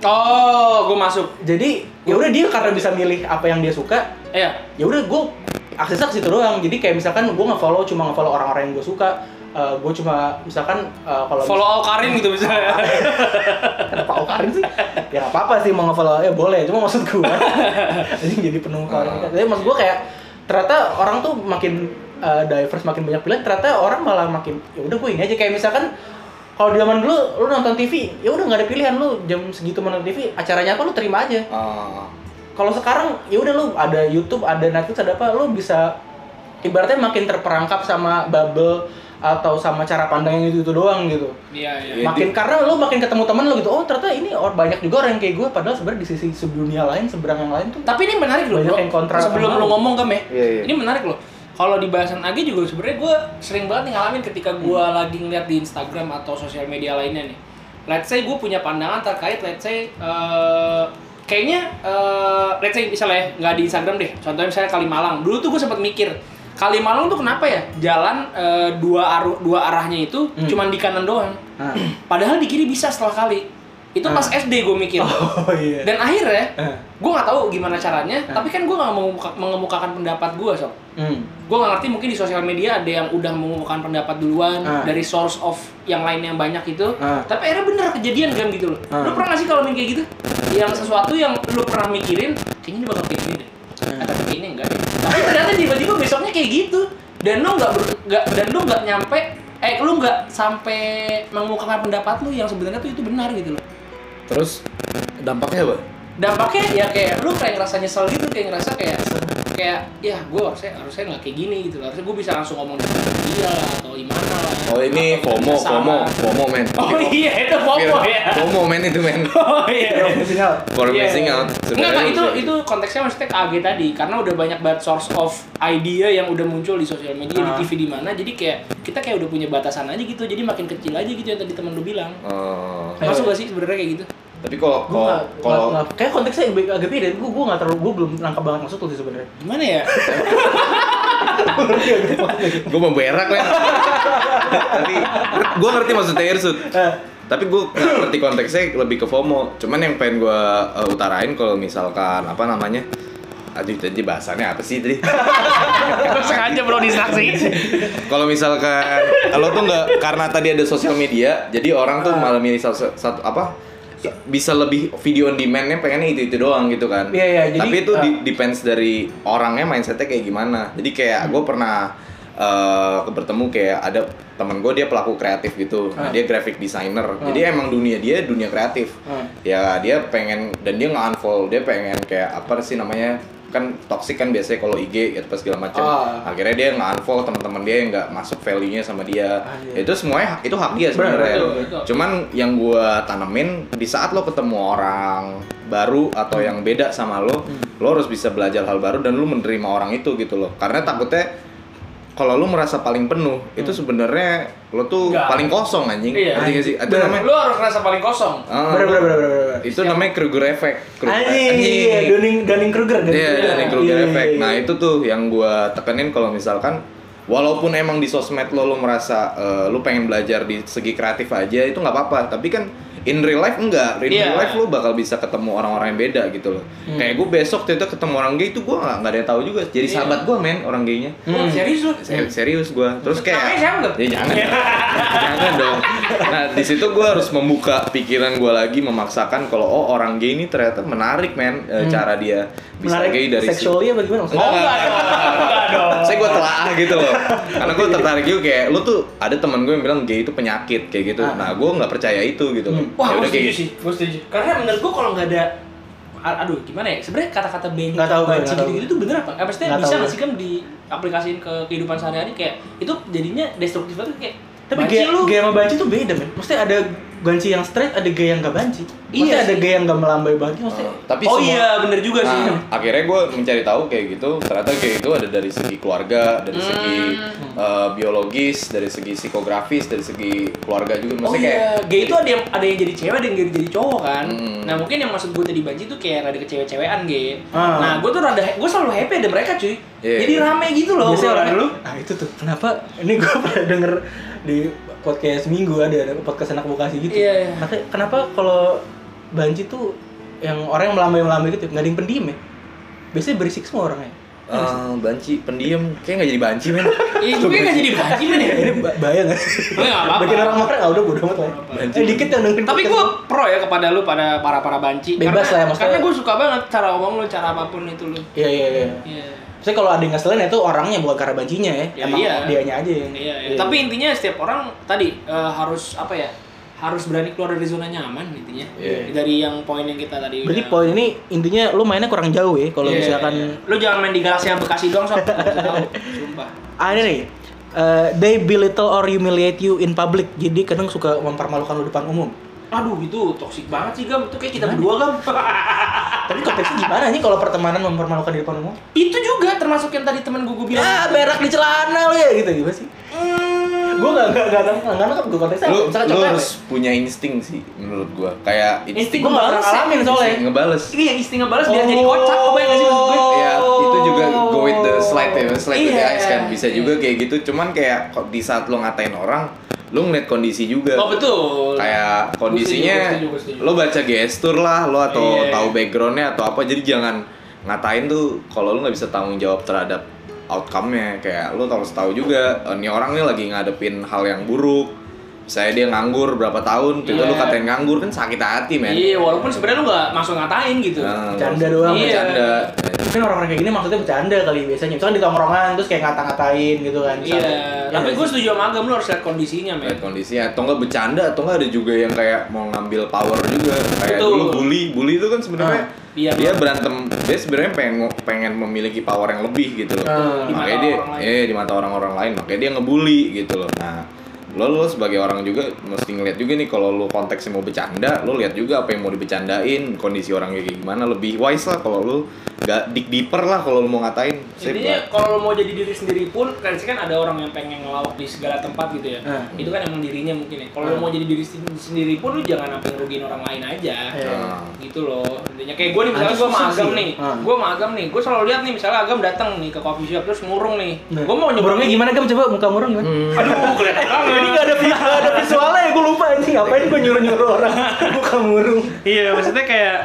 S3: oh gue masuk
S1: jadi ya udah dia karena bisa milih apa yang dia suka
S3: iya
S1: ya udah gue aksesnya ke situ doang jadi kayak misalkan gue nggak follow cuma nggak follow orang-orang yang gue suka eh, gue cuma misalkan eh, kalau
S3: Follow all Karin gitu misalnya.
S1: kenapa Pak Karin sih ya nggak apa-apa sih mau nge-follow ya boleh cuma maksud gue jadi jadi penuh Karin
S4: Ah.
S1: tapi maksud gue kayak ternyata orang tuh makin eh, diverse makin banyak pilihan ternyata orang malah makin ya udah gue ini aja kayak misalkan kalau di zaman dulu lu nonton TV ya udah nggak ada pilihan lu jam segitu nonton TV acaranya apa lu terima aja
S4: Ah,
S1: kalau sekarang ya udah lu ada YouTube, ada Netflix, ada apa, lu bisa ibaratnya makin terperangkap sama bubble atau sama cara pandang yang itu itu doang gitu.
S3: Iya, iya.
S4: Iya.
S1: Makin karena lu makin ketemu temen lu gitu. Oh, ternyata ini orang banyak juga orang yang kayak gue padahal sebenarnya di sisi dunia lain, seberang yang lain tuh
S3: Tapi ini menarik loh,
S1: Banyak
S3: Bro.
S1: yang kontra
S3: Sebelum
S1: sama
S3: lu
S1: lu.
S3: ngomong ke Meh,
S4: Iya, iya.
S3: ini menarik loh. Kalau di bahasan Agi juga sebenarnya gue sering banget nih ngalamin ketika gue
S1: Hmm.
S3: lagi ngeliat di Instagram atau sosial media lainnya nih. Let's say gue punya pandangan terkait, let's say eh, kayaknya eh, let's say misalnya nggak di Instagram deh. Contohnya misalnya Kalimalang. Dulu tuh gue sempat mikir Kalimalang tuh kenapa ya jalan eh, dua aru, dua arahnya itu
S1: Hmm.
S3: cuman di kanan doang.
S4: <laughs>
S1: Nah.
S3: Padahal di kiri bisa setelah kali. Itu pas SD gue mikir.
S1: Ah. Oh iya.
S3: Dan akhirnya
S1: Eh,
S3: gue nggak tahu gimana caranya
S1: Hah?
S3: tapi kan gue nggak mengemuka- mengemukakan pendapat gue sob
S4: Eh,
S1: Hmm.
S3: gue nggak ngerti mungkin di sosial media ada yang udah mengemukakan pendapat duluan
S1: Hah?
S3: dari source of yang lain yang banyak itu
S1: Hah?
S3: tapi akhirnya bener kejadian kan gitu loh
S1: Hah?
S3: lu pernah nggak sih kalau main kayak gitu yang sesuatu yang lu pernah mikirin kayaknya ini bakal kayak gini deh
S1: Hah.
S3: Ah, tapi kayaknya enggak deh tapi ternyata tiba-tiba besoknya kayak gitu dan lu nggak ber- nggak dan lu nggak nyampe eh lu nggak sampai mengemukakan pendapat lu yang sebenarnya tuh itu benar gitu loh
S4: terus dampaknya apa?
S3: dampaknya ya kayak lu kayak ngerasa nyesel gitu kayak ngerasa kayak kayak ya gue harusnya harusnya nggak kayak gini gitu loh. harusnya gue bisa langsung ngomong dengan dia lah atau gimana lah
S4: Oh ini
S3: Atau
S4: FOMO,
S3: kerjasama.
S4: FOMO, FOMO men.
S3: oh iya itu FOMO ya
S4: FOMO men itu men.
S3: oh iya
S1: Iya, sinyal.
S4: For
S3: Iya.
S4: missing out.
S3: Nggak, Pak,
S4: uh, Sebenarnya
S3: itu
S4: bisa gitu.
S3: itu konteksnya maksudnya KG tadi karena udah banyak banget source of idea yang udah muncul di sosial media
S1: Ah.
S3: di TV di mana jadi kayak kita kayak udah punya batasan aja gitu jadi makin kecil aja gitu yang tadi teman lu bilang
S4: Oh,
S3: masuk gak sih sebenarnya kayak gitu
S4: tapi kalau
S1: Gue
S4: kalau kalau
S1: kayak konteksnya agak- agak beda. Gue gue nggak terlalu gue belum nangkap banget maksud lu sih sebenarnya.
S3: gimana
S4: <laughs>
S3: ya
S4: gue mau berak lah. Tapi gue ngerti maksudnya Irsut.
S1: Eh,
S4: Tapi gue nggak ngerti konteksnya lebih ke FOMO. Cuman yang pengen gue utarain kalau misalkan apa namanya? Aduh, tadi bahasannya apa sih tadi?
S3: sengaja bro distraksi
S4: Kalau misalkan lo tuh nggak karena tadi ada sosial media, jadi orang
S1: Ah.
S4: tuh malah milih satu, satu- apa? Bisa lebih video on demand-nya pengennya itu itu doang gitu kan?
S1: Iya, iya, jadi,
S4: Tapi itu
S1: eh,
S4: di- depends dari orangnya mindsetnya kayak gimana. Jadi kayak gue pernah eh, bertemu kayak ada temen gue dia pelaku kreatif gitu, Nah,
S1: Ah.
S4: dia graphic designer.
S1: Ah.
S4: Jadi emang dunia dia dunia kreatif.
S1: Ah.
S4: Ya dia pengen dan dia nggak unfollow, dia pengen kayak apa sih namanya? kan toxic kan biasanya kalau IG gitu pas segala macam
S1: Ah.
S4: akhirnya dia nggak unfollow teman-teman dia yang nggak masuk value nya sama dia
S1: Ah, iya.
S4: itu semuanya itu hak dia sebenarnya
S3: Betul, betul.
S4: cuman yang gua tanemin di saat lo ketemu orang baru atau yang beda sama lo
S1: Hmm.
S4: lo harus bisa belajar hal baru dan lo menerima orang itu gitu loh karena takutnya kalau lo merasa paling penuh
S1: Hmm.
S4: itu sebenarnya lo tuh
S3: Nggak.
S4: paling kosong anjing
S3: Iya.
S4: Ngerti nggak sih itu
S1: Bener.
S4: namanya
S3: lu harus ngerasa paling kosong
S4: Ah,
S1: Bener bener bener bener. bener.
S4: itu namanya Kruger effect Kruger-
S1: Anjing, iya,
S4: Anjing.
S1: Dunning Dunning Kruger. iya.
S4: Iya, dari Kruger effect. Nah, itu tuh yang gua tekenin kalau misalkan walaupun emang di sosmed lo lo merasa eh, lo pengen belajar di segi kreatif aja itu nggak apa-apa, tapi kan in real life enggak. In
S3: Iya.
S4: real life lo bakal bisa ketemu orang-orang yang beda gitu loh. Kayak gue besok ternyata ketemu orang gay itu gua nggak nggak ada yang tahu juga. Jadi
S3: Iya.
S4: sahabat gua men orang gaynya.
S3: Wah, Oh, serius lu
S4: Se- serius gue terus kayak
S3: Namanya siapa nggak?
S4: Ya, jangan jangan dong nah di situ gue harus membuka pikiran gue lagi memaksakan kalau oh orang gay ini ternyata menarik men eh,
S3: Hmm.
S4: cara dia bisa
S1: menarik
S4: gay dari situ
S1: seksualnya apa gimana maksudnya?
S4: Oh, enggak, Saya gue telaah gitu loh. Karena gue tertarik juga kayak lu tuh ada teman gue yang bilang gay itu penyakit kayak gitu.
S1: Ah.
S4: Nah, gue nggak percaya itu gitu loh.
S3: Hmm. Wah, gue
S4: Yaudah, kayak
S3: setuju
S4: gitu.
S3: sih, gue setuju. Karena menurut gue kalau nggak ada, a- aduh gimana ya? Sebenarnya kata-kata bengkel,
S1: Nggak tahu gue,
S3: banci
S1: nggak tahu
S3: gitu-gitu itu bener apa? Eh, maksudnya
S1: Nggak
S3: bisa
S1: tahu
S3: nggak
S1: gue.
S3: sih kan diaplikasiin ke kehidupan sehari-hari kayak itu jadinya destruktif banget kayak.
S1: Tapi
S3: banci
S1: gay,
S3: lu.
S1: gay sama banci tuh beda men. Maksudnya ada banci yang straight, ada gay yang gak banci. Maksudnya
S3: Iya
S1: ada
S3: sih.
S1: gay yang gak melambai banget. Maksudnya
S4: Oh, tapi
S3: oh
S4: semua-
S3: iya, bener juga sih.
S4: Nah, akhirnya gue mencari tahu kayak gitu ternyata kayak itu ada dari segi keluarga
S3: Hmm.
S4: dari segi eh, biologis dari segi psikografis dari segi keluarga juga
S3: Oh
S4: maksudnya kayak
S3: iya, gay itu ada yang ada yang jadi cewek, ada yang jadi, jadi cowok kan.
S4: Hmm.
S3: Nah mungkin yang maksud gue tadi banci tuh kayak ada kecewe-cewean gay.
S1: Ah.
S3: Nah gue tuh rada, gue selalu happy ada mereka cuy.
S4: Iya.
S3: Jadi rame gitu loh.
S1: biasanya orang
S3: Rame.
S1: dulu. Nah itu tuh kenapa? Ini gue <laughs> pernah denger di podcast minggu ada ada podcast anak vokasi gitu.
S3: Iya, iya.
S1: Katanya, kenapa kalau banci tuh yang orang yang melambai melambai gitu nggak ada yang pendiam ya? Biasanya berisik semua orangnya. <laughs>
S3: Iya.
S4: eh, banci pendiam kayak nggak jadi banci men
S3: Ih, gue nggak jadi banci men ya.
S1: ini ba- bahaya nggak
S3: Oh, nggak apa-apa.
S1: Bikin orang marah nggak udah bodo amat lah.
S4: apa-apa.
S1: Eh, dikit yang dengerin.
S3: Tapi gue
S1: podcast.
S3: pro ya kepada lu pada para para banci.
S1: Bebas lah ya,
S3: karena,
S1: maksudnya.
S3: Karena gue suka banget cara omong lu, cara apapun itu lu.
S1: Iya iya iya.
S3: Iya.
S1: Maksudnya kalau ada yang ngeselin itu orangnya bukan karena bancinya ya.
S3: Ya,
S1: Emang
S3: iya.
S1: dianya aja yang.
S3: Iya, iya. Tapi intinya setiap orang tadi eh, harus apa ya? Harus berani keluar dari zona nyaman intinya.
S4: Iya.
S3: Dari yang poin yang kita tadi.
S1: berarti
S3: udah-
S1: poin ini intinya lu mainnya kurang jauh ya kalau
S3: Iya,
S1: misalkan
S3: iya. lu jangan main di galaksi yang Bekasi doang sob. Kasih tahu. Sumpah.
S1: ah ini nih eh, they belittle or humiliate you in public. Jadi kadang suka mempermalukan lu depan umum.
S3: Aduh itu toksik banget sih Gam, itu kayak kita berdua Gam <laughs>
S1: Tapi konteksnya gimana nih kalau pertemanan mempermalukan di depan umum?
S3: Itu juga termasuk yang tadi temen gue, gue bilang
S1: Ya berak di celana lu ya gitu gimana sih? Gue gak gak gak nggak nggak nangkap gue konteksnya.
S4: lu,
S1: Misalkan
S4: lu
S1: cowok
S4: harus
S1: cewek.
S4: punya insting sih menurut gua
S3: ya?
S4: kayak
S3: Insting
S4: insting
S1: Gua nggak pernah ngalamin soalnya.
S4: insting ngebales
S3: Ini yang istinya balas biar jadi kocak, kebayang gak sih maksud gue?
S1: Oh.
S4: Ya, itu juga go with the slide ya, slide with the
S3: Iya.
S4: ice kan bisa juga kayak gitu. Cuman kayak kok di saat lo ngatain orang, lo ngeliat kondisi juga.
S3: Oh betul
S4: Kayak
S3: Gua
S4: kondisinya
S3: setuju, gua setuju, gua setuju.
S4: lo baca gestur lah, lo atau
S3: Iya.
S4: tahu backgroundnya atau apa. Jadi jangan ngatain tuh kalau lo nggak bisa tanggung jawab terhadap outcome-nya. Kayak lo harus tahu juga, eh, ini orang nih lagi ngadepin hal yang buruk. Saya dia nganggur berapa tahun, itu lo
S3: Iya.
S4: katain nganggur kan sakit hati men.
S3: Iya, walaupun sebenarnya lu gak langsung ngatain gitu
S4: Nah,
S1: Bercanda doang.
S3: Iya.
S4: Bercanda.
S1: Mungkin orang-orang kayak gini maksudnya bercanda kali biasanya. Misalkan di tongkrongan terus kayak ngata-ngatain gitu kan.
S3: Iya,
S1: misalnya.
S3: tapi
S1: Iya.
S3: gue setuju sama Agam, lu harus lihat kondisinya men
S4: Lihat kondisinya atau enggak bercanda atau enggak ada juga yang kayak mau ngambil power juga kayak
S3: Betul.
S4: dulu bully bully itu kan sebenarnya
S3: Ah, iya.
S4: dia berantem dia sebenarnya pengen pengen memiliki power yang lebih gitu loh
S1: Ah.
S3: Di mata
S4: makanya dia
S3: orang lain.
S4: eh di mata orang-orang lain makanya dia ngebully gitu loh nah lo lo sebagai orang juga mesti ngeliat juga nih kalau lo konteksnya mau bercanda lo lihat juga apa yang mau dibecandain kondisi orang kayak gimana lebih wise lah kalau lo gak dig deeper lah kalau lo mau ngatain Sip
S3: Intinya
S4: lah.
S3: kalau mau jadi diri sendiri pun kan sih kan ada orang yang pengen ngelawak di segala tempat gitu ya.
S1: Hmm.
S3: Itu kan emang dirinya mungkin ya. Kalau lu mau jadi diri sen- sendiri pun lu jangan sampai ngerugiin orang lain aja.
S1: Iya.
S4: Nah.
S3: Gitu loh. Intinya kayak gue nih misalnya
S1: Agak
S3: gue sama
S1: susah
S3: Agam
S1: sih.
S3: nih.
S1: Hmm.
S3: Gue sama Agam nih. Gue selalu lihat nih misalnya Agam datang nih ke coffee shop terus ngurung nih.
S1: Nah.
S3: Gue mau
S1: Murungnya
S3: nyebrangin.
S1: gimana Gam? Coba muka murung gimana?
S3: Aduh, kelihatan
S1: Ini
S3: banget.
S1: gak ada,
S3: <laughs>
S1: gak ada visualnya ya, gue lupa anjing Ngapain gue nyuruh-nyuruh orang muka murung
S3: Iya, maksudnya kayak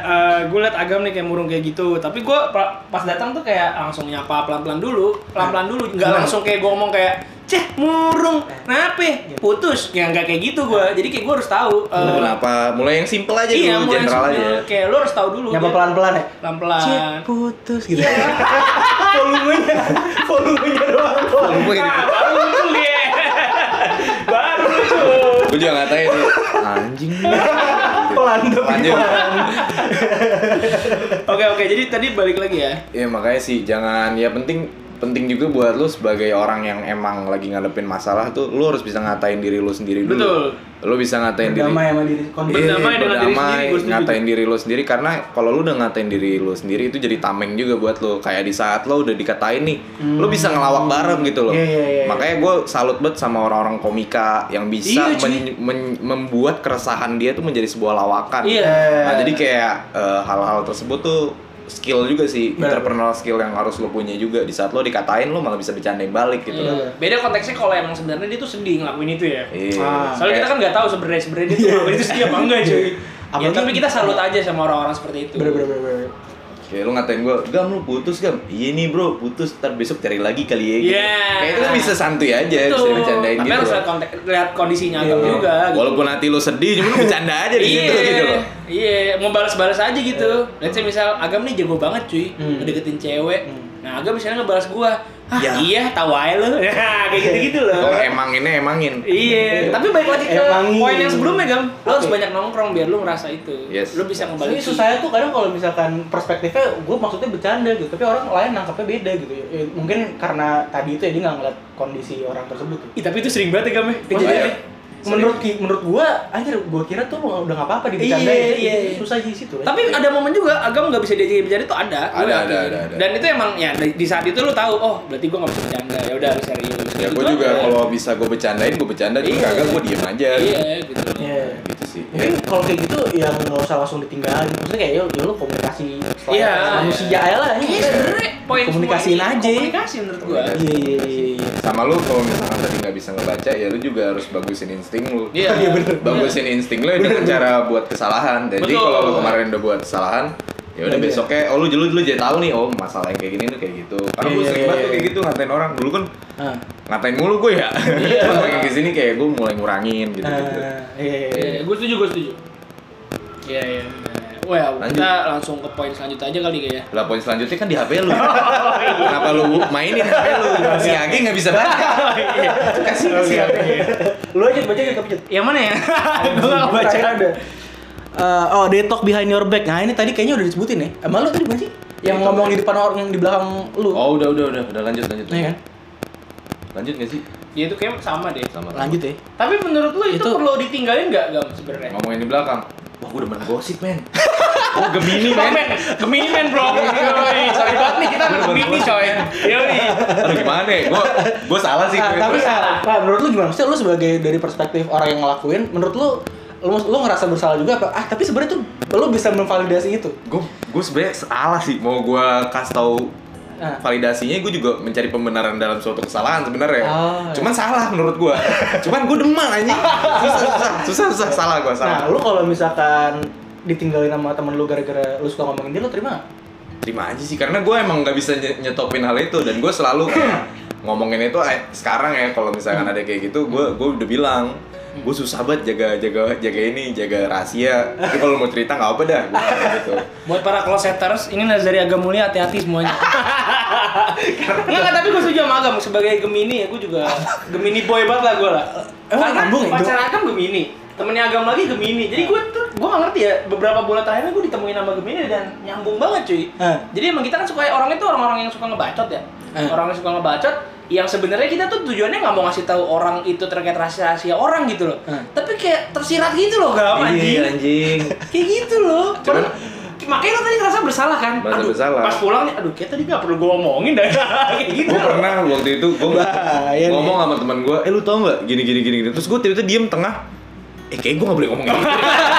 S3: gue liat Agam nih kayak murung kayak gitu. Tapi gue pas datang tuh kayak langsung nyapa pelan-pelan dulu, pelan-pelan dulu, nggak
S1: Hmm.
S3: langsung kayak gue ngomong kayak ceh murung, kenapa? Putus, ya nggak kayak gitu gue. Jadi kayak gue harus tahu. eh,
S4: Lo kenapa mulai yang simple aja
S3: iya,
S4: dulu
S3: mulai
S4: general aja ya.
S3: langsung- Kayak lo harus tahu dulu.
S1: Nyapa
S3: ya.
S1: pelan-pelan ya?
S3: Pelan-pelan.
S1: Cek putus gitu
S3: iya. <laughs>
S1: Volumenya, volumenya doang doang.
S4: Gue gini,
S3: Nah, baru lucu dia. <laughs> baru lucu.
S4: gue juga ngatain sih anjing
S1: Pelan tapi
S4: lanjut
S3: Oke oke, jadi tadi balik lagi ya.
S4: ya makanya sih jangan ya penting penting juga buat lu sebagai orang yang emang lagi ngadepin masalah tuh lu harus bisa ngatain diri lu sendiri dulu
S3: Betul.
S4: lu bisa ngatain
S1: Damai
S4: diri
S1: sama diri kondisi
S4: Iya,
S3: Berdamai dengan diri
S4: berdamai,
S3: sendiri, gua setuju.
S4: ngatain diri lu sendiri karena kalau lu udah ngatain diri lu sendiri itu jadi tameng juga buat lu kayak di saat lu udah dikatain nih lu bisa ngelawak bareng gitu loh
S1: Hmm. Iya, iya, iya, iya.
S4: makanya gue salut banget sama orang-orang komika yang bisa
S3: Iya, cuy.
S4: men- men- membuat keresahan dia tuh menjadi sebuah lawakan
S3: Iya.
S4: Nah, jadi kayak eh, hal-hal tersebut tuh skill juga sih,
S1: Benar.
S4: entrepreneurial skill yang harus lo punya juga. Di saat lo dikatain lo malah bisa bercandain balik gitu.
S3: Iya. Beda konteksnya kalau emang sebenarnya dia tuh sedih ngelakuin itu ya.
S4: Iya.
S1: Ah.
S3: Soalnya kita kan nggak tahu sebenarnya sebenarnya
S1: Iya.
S3: itu itu setia apa enggak cuy. Ya,
S1: Apalagi-
S3: tapi kita salut aja sama orang-orang seperti itu.
S4: gitu.
S1: Bener bener bener bener.
S4: Kayak lo ngatain gue, gam lo putus gam. Iya nih bro, putus. Ntar besok cari lagi kali ya. gitu.
S3: Iya.
S4: Kayak itu kan bisa santuy aja,
S3: Betul.
S4: bisa bercandain
S3: Tapi
S4: gitu.
S3: harus
S4: loh.
S3: lihat, kontek, lihat kondisinya agam
S1: Iya.
S3: juga. gitu.
S4: Walaupun hati lo sedih, cuma lo bercanda aja di situ gitu loh.
S3: Iya, mau balas-balas aja gitu. Let's say misal Agam nih jago banget
S1: Iya.
S3: cuy,
S1: Hmm.
S3: ngedeketin cewek.
S1: Hmm.
S3: Nah, Agam misalnya ngebalas gua, "Hah,
S4: Ya.
S3: iya, tahu aja lu." <laughs> Nah, kayak gitu-gitu loh.
S4: Kalau emanginnya emangin.
S3: Iya, tapi balik lagi ke
S1: Emangin.
S3: poin yang sebelumnya, Gam. Lo harus
S1: Oke.
S3: banyak nongkrong biar lu ngerasa itu.
S4: Yes.
S3: Lu bisa
S1: Tapi
S3: ngebalikin.
S1: susahnya tuh kadang kalau misalkan perspektifnya gue maksudnya bercanda gitu, tapi orang lain nangkapnya beda gitu. ya. Ya, mungkin karena tadi itu ya dia nggak ngeliat kondisi orang tersebut. Gitu.
S3: Ih, tapi itu sering banget ya, Gam. ya.
S1: Kejadian
S4: iya.
S1: ya. Menurut ki- menurut gua, anjir gua kira tuh lu udah nggak apa-apa di bercanda
S3: Iya, iya, iya.
S1: Susah di situ. ya.
S3: Tapi ada momen juga agam nggak bisa diajakin bercanda itu ada.
S4: Ada,
S3: Gua
S4: ada,
S3: yakin.
S4: ada, ada.
S3: Dan itu emang ya di, di saat itu lu tahu, oh berarti gua nggak bisa bercanda. Ya udah harus serius.
S4: Ya
S3: Gitu
S4: gue
S3: aja.
S4: juga kalau bisa gue bercandain, gue bercanda. Cuma
S3: Iya.
S4: kagak gue diem aja.
S3: Iya gitu.
S1: Iya.
S4: Gitu sih.
S1: mungkin kalau kayak gitu ya nggak usah langsung ditinggalin maksudnya kayak ya ya lu komunikasi selain
S3: Iya.
S1: manusia aja lah
S3: Iya sebenernya poin semua
S1: Komunikasiin
S3: ini ya,
S1: aja.
S3: Komunikasi menurut gua.
S4: Komunikasi.
S1: iya iya iya
S4: sama lu kalau misalkan tadi nggak bisa ngebaca ya lu juga harus bagusin insting lu
S3: Iya. Iya, bener.
S4: bagusin insting lu dengan cara kan buat kesalahan jadi
S3: Betul.
S4: kalau lu kemarin udah buat kesalahan ya udah
S1: Iya.
S4: besoknya oh lu dulu dulu jadi tahu nih oh masalah yang kayak gini tuh kayak gitu karena
S1: Iya,
S4: gue
S1: iya,
S4: sering banget
S1: iya,
S4: tuh kayak
S1: iya.
S4: gitu ngatain orang dulu kan
S1: Ah.
S4: ngatain mulu gue ya terus makin kesini kayak gue mulai ngurangin gitu gitu
S1: Iya. Ah, iya, iya, iya.
S3: Iya, gue setuju, gue setuju. Iya, iya. Well,
S4: Lanjut.
S3: kita langsung ke poin selanjutnya aja kali ya. kayaknya.
S4: lah poin selanjutnya kan di HP lu kenapa lu mainin HP lu si
S1: Iya.
S4: Agi nggak bisa baca kasih kasih HP
S1: Lu aja baca gitu, pijat.
S3: Yang mana ya? gue gak baca.
S1: Terakhir ada. Eh, oh, detox behind your back. Nah, ini tadi kayaknya udah disebutin ya. Emang lu tadi bukan sih? Yang
S4: Detox.
S1: ngomong di depan orang yang di belakang lu.
S4: oh udah udah udah udah lanjut lanjut
S1: Iya kan?
S4: lanjut nggak sih
S3: Ya itu kayak sama deh.
S4: sama
S1: Lanjut ya.
S3: Tapi menurut lu itu,
S1: Itu-
S3: perlu ditinggalin nggak, Gam, sebenarnya?
S4: Eh, ngomongin di belakang wah gue demen gosip men <laughs> oh gemini
S3: Ini
S4: men
S3: men, gemini men bro. Yoi, sorry banget nih kita anak gemini coy. Yoi.
S4: aduh gimana ya gue gue salah sih
S1: Ah,
S4: gue.
S1: tapi ah, Pak, menurut lu gimana? Maksudnya lu sebagai dari perspektif orang yang ngelakuin, menurut lu lu, lu ngerasa bersalah juga apa? Ah, tapi sebenarnya tuh lu bisa memvalidasi itu.
S4: gue gue sebenarnya salah sih mau gue kasih tahu
S1: Ah.
S4: validasinya gue juga mencari pembenaran dalam suatu kesalahan sebenarnya
S1: Oh, iya.
S4: cuman salah menurut gue cuman gue demen anjing susah susah susah, susah. salah gue salah
S1: Nah, lu kalau misalkan ditinggalin sama temen lu gara-gara lu suka ngomongin dia, lu terima nggak?
S4: terima aja sih karena gue emang nggak bisa nye- nyetopin hal itu dan gue selalu <clears throat> kayak ngomongin itu eh, sekarang ya kalau misalkan ada kayak gitu gue gue udah bilang gue susah banget jaga jaga jaga ini jaga rahasia tapi kalau mau cerita nggak apa dah gue bilang gitu
S3: Buat para closeters, ini Nazari Agam Mulia hati-hati
S1: <laughs>
S3: semuanya. Enggak, enggak, tapi gue setuju sama Agam sebagai Gemini ya, gue juga Gemini boy banget lah gue lah.
S1: Emang
S3: Karena
S1: nyambung ya?
S3: pacar Agam Gemini, temennya Agam lagi Gemini. Jadi gue tuh gue gak ngerti ya, beberapa bulan terakhir gue ditemuin sama Gemini dan nyambung banget cuy.
S1: Eh.
S3: Jadi emang kita kan suka orang itu orang-orang yang suka ngebacot ya.
S1: Eh.
S3: Orang yang suka ngebacot yang sebenarnya kita tuh tujuannya nggak mau ngasih tahu orang itu terkait rahasia orang gitu loh.
S1: Eh.
S3: Tapi kayak tersirat gitu loh, Gam anjing
S4: Iya,
S3: <laughs>
S4: anjing
S3: kayak gitu loh
S4: Cuman-
S3: Padahal- makanya lo tadi ngerasa bersalah kan
S4: Merasa
S3: aduh
S4: bersalah.
S3: pas pulang nih, aduh kayak tadi gak perlu gue omongin dah <laughs> kayak gitu
S4: gue pernah waktu itu gue
S1: Bahaya nih.
S4: ngomong sama teman gue eh lu tau nggak gini gini gini gini terus gue tiba-tiba diem tengah eh kayak gue nggak boleh ngomong kayak <laughs> gitu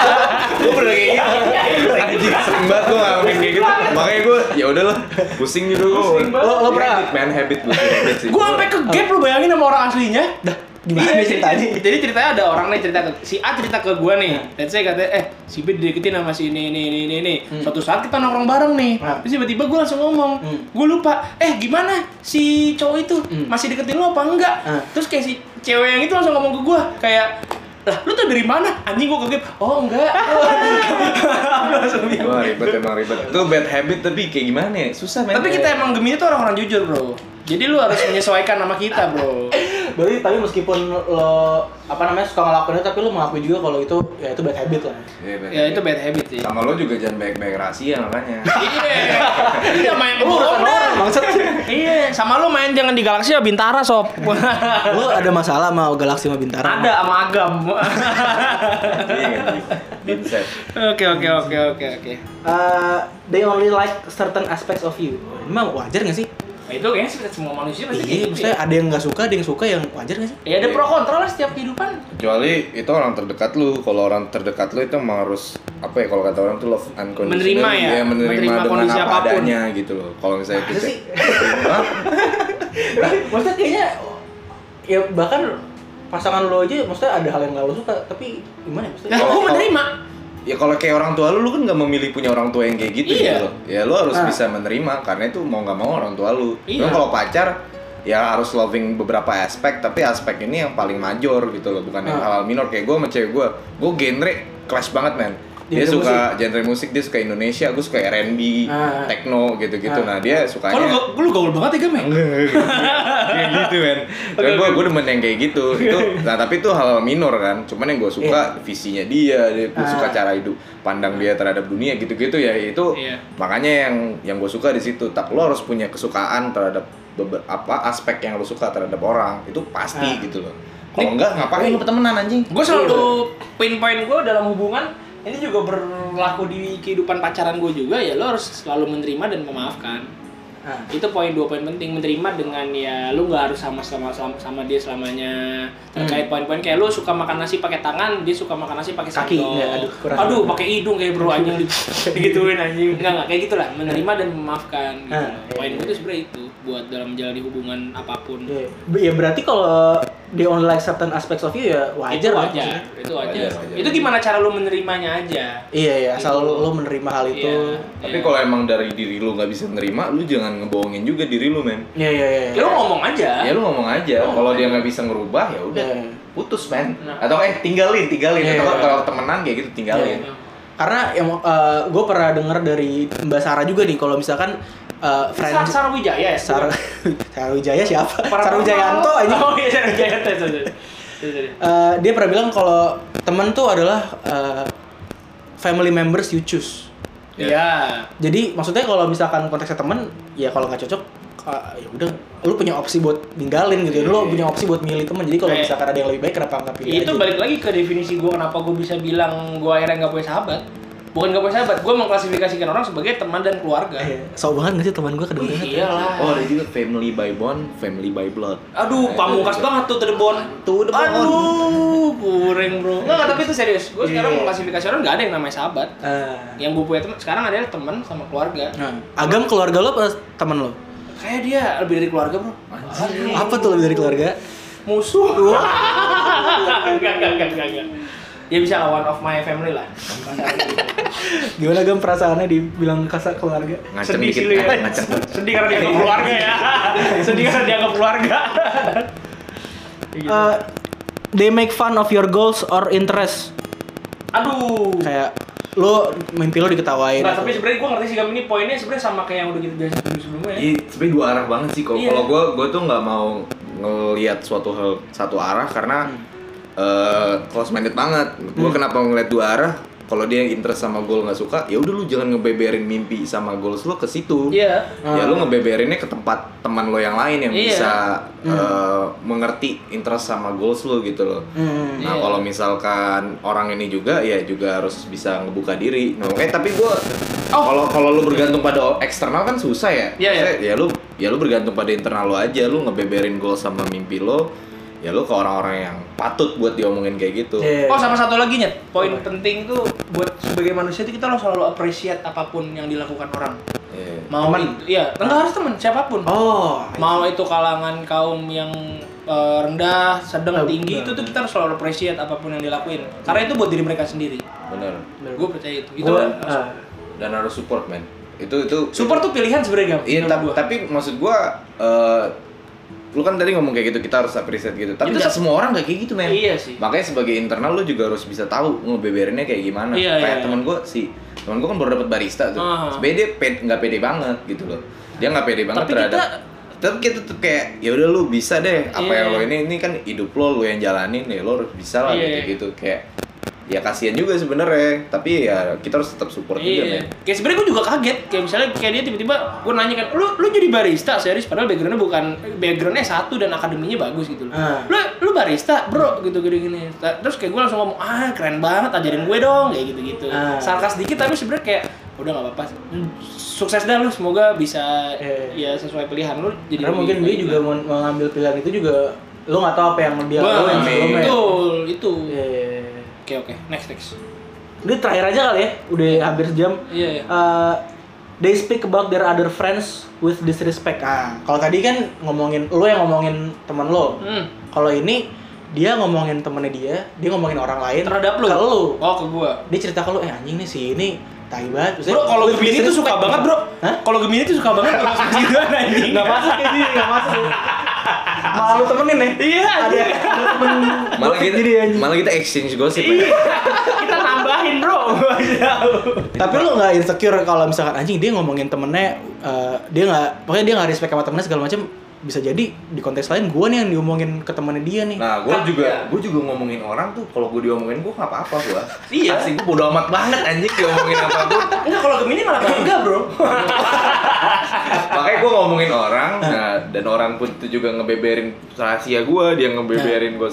S4: gue pernah kayak gitu anjing sering banget gue ngalamin kayak gitu makanya gue ya udahlah pusing gitu gue
S3: Pusing banget.
S1: Lo, lo pernah?
S4: habit man habit gue habit sih
S3: gue sampai ke gap lo bayangin sama orang aslinya
S1: Dah, gimana
S3: Iya,
S1: ceritanya?
S3: jadi- Jadi ceritanya ada orang nih cerita ke si A cerita ke gue nih. Let's say katanya eh si B dideketin sama si ini ini ini ini. ini.
S1: Hmm.
S3: Suatu saat kita nongkrong bareng nih.
S1: Ah.
S3: Terus tiba-tiba gue langsung ngomong,
S1: Hmm.
S3: gue lupa. Eh gimana si cowok itu
S1: Hmm.
S3: masih deketin lo apa enggak?
S1: Ah.
S3: Terus kayak si cewek yang itu langsung ngomong ke gue kayak lah lu tau dari mana? Anjing gue kaget. Oh
S1: <laughs>
S3: enggak.
S4: Wah ribet emang ribet itu bad habit tapi kayak gimana ya susah men
S3: Tapi kita emang gemini tuh orang-orang jujur bro. Jadi lu harus menyesuaikan sama kita bro.
S1: Berarti tapi meskipun lo apa namanya suka ngelakuin itu tapi lo mengakui juga kalau itu ya itu bad habit lah.
S4: Iya, bad
S3: Ya itu
S4: habit.
S3: bad habit sih.
S4: sama lo juga jangan baik-baik rahasia
S3: <laughs>
S4: makanya
S3: Iya. Iya main
S1: Lu urusan orang maksud.
S3: <laughs> Iya, sama lu main jangan di Galaxy ya Bintara sob.
S1: lo ada masalah sama Galaxy sama Bintara?
S3: Ada sama Agam.
S4: Iya, anjing. Mindset.
S3: Oke oke oke oke oke.
S1: Eh, they only like certain aspects of you. Emang wajar gak sih?
S3: Nah, itu kayaknya setiap semua manusia pasti kayak
S1: Iya,
S3: gitu
S1: maksudnya
S3: ya.
S1: ada yang nggak suka, ada yang suka, yang wajar gak sih?
S3: Ya ada pro kontra lah setiap kehidupan.
S4: kecuali itu orang terdekat lu kalau orang terdekat lu itu emang harus apa ya kalau kata orang tuh love unconditionally
S3: Menerima ya,
S4: Iya, menerima,
S3: menerima
S4: dengan
S3: kondisi
S4: apa
S3: apapun.
S4: adanya gitu loh kalau misalnya
S1: Masa
S4: kita
S1: sih?
S4: Hah?
S1: <laughs> maksudnya kayaknya ya bahkan pasangan lo aja maksudnya ada hal yang gak lo suka tapi gimana ya <laughs>
S3: Nah,
S1: maksudnya?
S4: Kalau-
S3: gua
S4: kalau-
S3: menerima.
S4: ya kalau kayak orang tua lu lu kan nggak memilih punya orang tua yang kayak
S3: Iya.
S4: gitu gitu loh ya lu harus
S1: Ah.
S4: bisa menerima karena itu mau nggak mau orang tua lu
S3: Iya.
S4: Cuman kalau pacar ya harus loving beberapa aspek tapi aspek ini yang paling major gitu loh bukan yang
S1: Ah.
S4: hal-hal minor kayak gue sama cewek gue gue genre clash banget men dia
S1: Genre
S4: suka genre musik dia suka Indonesia gue suka R&B
S1: Ah.
S4: techno gitu-gitu
S1: Ah.
S4: nah dia sukanya
S3: Kalau lu lu gaul banget ya Gam ya?
S4: Iya, kayak gitu men tapi gue gue demen yang kayak gitu
S1: <laughs>
S4: itu nah tapi itu hal minor kan cuman yang gue suka visinya dia dia
S1: Iya.
S4: gua
S1: Ah.
S4: suka cara hidup pandang dia terhadap dunia gitu gitu ya itu
S3: Iya.
S4: makanya yang yang gue suka di situ tapi lo harus punya kesukaan terhadap beberapa apa aspek yang lo suka terhadap orang itu pasti
S1: Ah.
S4: gitu loh kalau enggak ngapain lo temenan anjing
S3: Gue
S1: Iya.
S3: selalu pinpoint gue dalam hubungan ini juga berlaku di kehidupan pacaran gue juga ya lo harus selalu menerima dan memaafkan.
S1: Ah.
S3: itu poin dua poin penting menerima dengan ya lu nggak harus sama sama sama, sama dia selamanya
S1: Hmm.
S3: terkait poin-poin kayak lu suka makan nasi pakai tangan dia suka makan nasi pakai
S1: Kaki,
S3: sendok.
S1: ya, aduh, kurang.
S3: aduh pakai hidung kayak bro anjing
S1: <laughs>
S3: digituin anjing nggak nggak kayak gitulah
S1: Hmm.
S3: menerima dan memaafkan gitu.
S1: Ah, iya, iya.
S3: poin
S1: Hmm.
S3: gue itu sebenarnya itu buat dalam menjalani hubungan apapun
S1: Ya, ya iya. berarti kalau they only like certain aspects of you ya wajar
S3: itu
S1: lah,
S3: wajar,
S1: maksudnya.
S3: itu wajar.
S4: Wajar, wajar.
S3: Itu gimana cara lu menerimanya aja.
S1: Iya ya, asal
S3: Gitu.
S1: lo menerima hal itu. iya.
S3: iya.
S4: Tapi kalau emang dari diri lu nggak bisa nerima, lu jangan ngebohongin juga diri lu, men.
S1: Iya iya iya.
S3: ya, lu ngomong aja.
S4: Ya lu ngomong aja.
S3: Ngomong
S4: Kalau
S3: aja.
S4: dia nggak bisa ngerubah ya udah
S1: Oh, Iya.
S4: putus, men.
S3: Nah.
S4: Atau eh tinggalin, tinggalin.
S1: Iya.
S4: Atau kalau temenan kayak gitu tinggalin.
S1: Iya. Karena yang gue pernah dengar dari Mbak Sarah juga nih kalau misalkan eh
S3: Sar
S1: friend
S3: Sarwijaya ya.
S1: Sar <laughs> Sarwijaya siapa?
S3: Para-
S1: Sarwijayanto aja.
S3: Oh iya Sarwijayanto. sorry, sorry. Sorry.
S1: Eh, dia pernah bilang kalau teman tuh adalah eh, family members you choose.
S4: Ya.
S3: Iya.
S1: Jadi maksudnya kalau misalkan konteksnya teman, ya kalau nggak cocok, eh, ya udah, lu punya opsi buat ninggalin gitu. Lu
S4: Iya.
S1: punya opsi buat milih teman. Jadi kalau
S3: Kayak-
S1: misalkan ada yang lebih baik, kenapa nggak pilih?
S3: Iya. Itu
S1: aja?
S3: balik lagi ke definisi gua kenapa gua bisa bilang gua akhirnya nggak punya sahabat. Bukan nggak punya sahabat, gua mengklasifikasikan orang sebagai teman dan keluarga.
S1: Eh, so banget nggak sih teman gue kedengeran?
S3: Iyalah.
S4: Oh, ada juga family by bond, family by blood.
S3: Aduh, pamungkas banget tuh to the bone.
S4: To the bone.
S3: Aduh, kurang bro. Enggak, tapi itu serius. Gue sekarang
S1: Iya.
S3: mau klasifikasi orang nggak ada yang namanya sahabat.
S1: Eh,
S3: Yang gue punya teman sekarang adalah teman sama keluarga.
S1: nah, agam keluarga lo apa teman lo?
S3: Kayak dia lebih dari keluarga bro. Anjing.
S1: Apa tuh lebih dari keluarga?
S3: Musuh. <laughs> Enggak, enggak, enggak, enggak, enggak. Ya bisa lah, one of my family lah.
S1: Gimana gam perasaannya dibilang kasar keluarga?
S4: Ngaceng
S3: Sedih
S4: dikit,
S3: sih lu ya.
S4: eh, ngaceng.
S3: Sedih karena dianggap keluarga ya. Sedih karena dianggap keluarga. Ya gitu.
S1: Eh, they make fun of your goals or interests.
S3: Aduh.
S1: Kayak lo mimpi lo diketawain. atau-
S3: Enggak, tapi sebenarnya gue ngerti sih Gam, ini poinnya sebenarnya sama kayak yang udah kita bahas sebelum-sebelumnya ya.
S4: Iya, sebenarnya dua arah banget sih. Kalau
S3: Iya.
S4: kalau gue, gue tuh nggak mau ngelihat suatu hal satu arah karena
S3: Hmm.
S4: eh close minded banget. Gue kenapa ngelihat dua arah? Kalau dia yang interest sama goal nggak suka, ya udah lu jangan ngebeberin mimpi sama goals lo ke situ.
S3: Iya.
S4: Ya lu ngebeberinnya ke tempat teman lo yang lain yang
S3: Iya.
S4: bisa eh, mengerti interest sama goals lo gitu loh.
S1: Hmm.
S4: Nah
S3: Iya.
S4: kalau misalkan orang ini juga ya juga harus bisa ngebuka diri. Nah, oke tapi gua
S3: Oh.
S4: kalau kalau lu bergantung pada eksternal kan susah ya.
S3: Iya, iya.
S4: Maksudnya, Ya lu ya lu bergantung pada internal lo aja. Lu ngebeberin goal sama mimpi lo. Ya lu ke orang-orang yang patut buat diomongin kayak gitu.
S1: Iya.
S3: Oh sama satu lagi Nyet, poin penting tuh buat sebagai manusia itu kita harus selalu appreciate apapun yang dilakukan orang.
S4: Iya.
S3: Mau
S1: Temen.
S3: itu, iya, enggak harus temen, siapapun.
S1: Oh.
S3: Mau itu kalangan kaum yang eh, rendah,
S1: Oh,
S3: sedang, tinggi itu
S1: benar.
S3: tuh kita harus selalu appreciate apapun yang dilakuin. Karena itu buat diri mereka sendiri.
S4: Bener.
S3: Gue percaya itu. Itu
S1: Gua,
S3: kan.
S1: eh,
S4: Dan harus support man. Itu itu.
S3: Super tuh pilihan sebenarnya Gam,
S4: Iya
S3: menurut
S4: tapi,
S3: gua.
S4: tapi maksud gua eh, lu kan tadi ngomong kayak gitu kita harus appreciate gitu. Tapi
S3: Itu
S4: nggak
S3: se-
S4: semua orang nggak kayak gitu men.
S3: Iya sih.
S4: Makanya sebagai internal lu juga harus bisa tahu ngebeberinnya kayak gimana.
S3: Iya,
S4: kayak
S3: iya.
S4: temen gua si temen gua kan baru dapat barista tuh.
S3: Ah.
S4: Sebenernya dia ped- nggak pede banget gitu loh. Dia nggak pede banget
S3: Tapi
S4: terhadap
S3: kita-
S4: tapi kita tuh kayak ya udah lu bisa deh apa
S3: Iya.
S4: yang lo ini ini kan hidup lo lo yang jalanin ya lo harus bisa lah
S3: Iya.
S4: gitu gitu kayak ya kasihan juga sebenarnya tapi ya kita harus tetap support juga
S3: Iya.
S4: men.
S3: Kayak sebenarnya gue juga kaget. Kayak misalnya kayak dia tiba-tiba gue nanya kan, lu lu jadi barista serius padahal backgroundnya bukan backgroundnya satu dan akademinya bagus gitu. loh.
S1: Ah.
S3: Lu lu barista bro gitu gini gini. Ta- Terus kayak gue langsung ngomong ah keren banget ajarin gue dong kayak gitu gitu.
S1: Ah.
S3: Sarkas dikit tapi sebenarnya kayak udah nggak apa-apa. Hmm, Sukses dah lu semoga bisa
S1: Iya.
S3: ya sesuai pilihan lu. Jadi
S1: karena
S3: lebih
S1: mungkin dia
S3: baik
S1: juga
S3: lah.
S1: mau mau ngambil pilihan itu juga lo nggak tahu apa yang dia
S3: Wah,
S1: lakuin sebelumnya.
S3: betul itu.
S1: Iya, iya, iya.
S3: Oke oke next next.
S1: Ini terakhir aja kali ya, udah hampir sejam.
S3: Iya iya.
S1: Eh, they speak about their other friends with disrespect. Ah, kalau tadi kan ngomongin lo yang ngomongin temen lo.
S3: Hmm.
S1: Kalau ini dia ngomongin temennya dia, dia ngomongin orang lain.
S3: Terhadap lu.
S1: Ke lo.
S3: Oh ke gue.
S1: Dia cerita ke lo, eh anjing nih si ini tai banget. Maksudnya,
S3: Bro, kalau
S1: with
S3: Gemini tuh suka
S1: disrespect.
S3: banget, Bro.
S1: Hah?
S3: Kalau Gemini tuh suka banget kalau <laughs> gitu anjing.
S1: Gak masuk ya, Ji, gak masuk. Malah lu temenin ya?
S3: Iya,
S1: Ada
S3: anjing.
S1: ada temen
S4: malah kita
S1: jadi anjing.
S4: malah kita exchange gosip men.
S3: Iya. Kita tambahin, Bro.
S1: <laughs> Tapi lu nggak insecure kalau misalkan anjing dia ngomongin temennya eh, dia nggak pokoknya dia nggak respect sama temennya segala macam bisa jadi di konteks lain gua nih yang diomongin ke temennya dia nih.
S4: Nah, gue
S3: Nah, iya.
S4: juga gue juga ngomongin orang tuh kalau gue diomongin gue nggak apa-apa gue.
S3: Iya.
S4: Asli gue bodo amat banget anjing diomongin apa pun.
S3: Enggak, kalau Gemini malah bangga, <laughs> Bro. Iya,
S4: Makanya gue ngomongin orang, nah, dan orang pun tuh juga ngebeberin rahasia gue, dia ngebeberin gue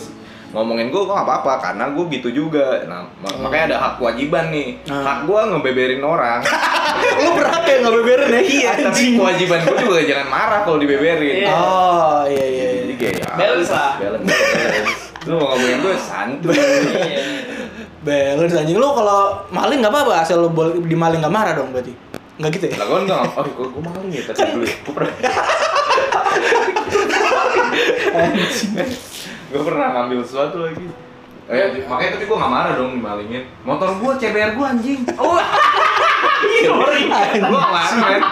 S4: ngomongin gue gue nggak apa-apa karena gue gitu juga. Nah, ma-
S3: Hmm.
S4: makanya ada hak kewajiban nih.
S1: Ah.
S4: Hak gue ngebeberin
S3: <laughs>
S4: orang.
S1: <laughs> lu berhak ya nggak beberin ya? Iya,
S4: Tapi kewajiban gue juga jangan marah kalau dibeberin.
S3: Iya.
S1: Oh, iya iya.
S4: Jadi
S1: iya.
S4: kayak ya,
S3: Balance lah.
S4: Balance. balance. Lu mau ngomongin gue santuy.
S3: iya,
S1: Balance anjing lu kalau maling nggak apa-apa asal lu bol- dimaling nggak marah dong berarti. Nggak gitu ya?
S4: Lah kan enggak, oh gue gue maling ya tadi dulu. Gue pernah. gue pernah ngambil sesuatu lagi Eh, makanya tapi gue gak marah dong dimalingin Motor gue, CBR gue anjing Oh, Iya,
S3: Sorry.
S4: gue gak marah men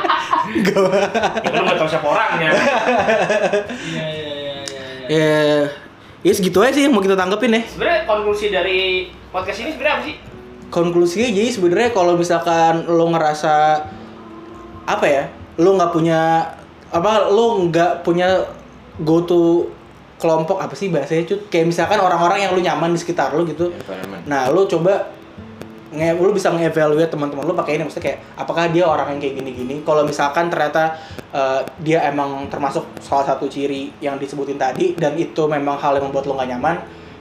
S3: Ya lu nggak tahu siapa <laughs> orangnya. Iya iya iya iya. iya.
S1: Ya, ya segitu aja sih yang mau kita tanggepin ya.
S3: Sebenarnya konklusi dari podcast ini sebenarnya apa sih?
S1: Konklusinya jadi sebenarnya kalau misalkan lo ngerasa apa ya, lo nggak punya apa, lo nggak punya go to kelompok apa sih bahasanya cut kayak misalkan orang-orang yang lu nyaman di sekitar lu gitu
S4: Environment
S1: nah lu coba nge lu bisa nge-evaluate teman-teman lu pakai ini maksudnya kayak apakah dia orang yang kayak gini-gini kalau misalkan ternyata eh, dia emang termasuk salah satu ciri yang disebutin tadi dan itu memang hal yang membuat lo nggak nyaman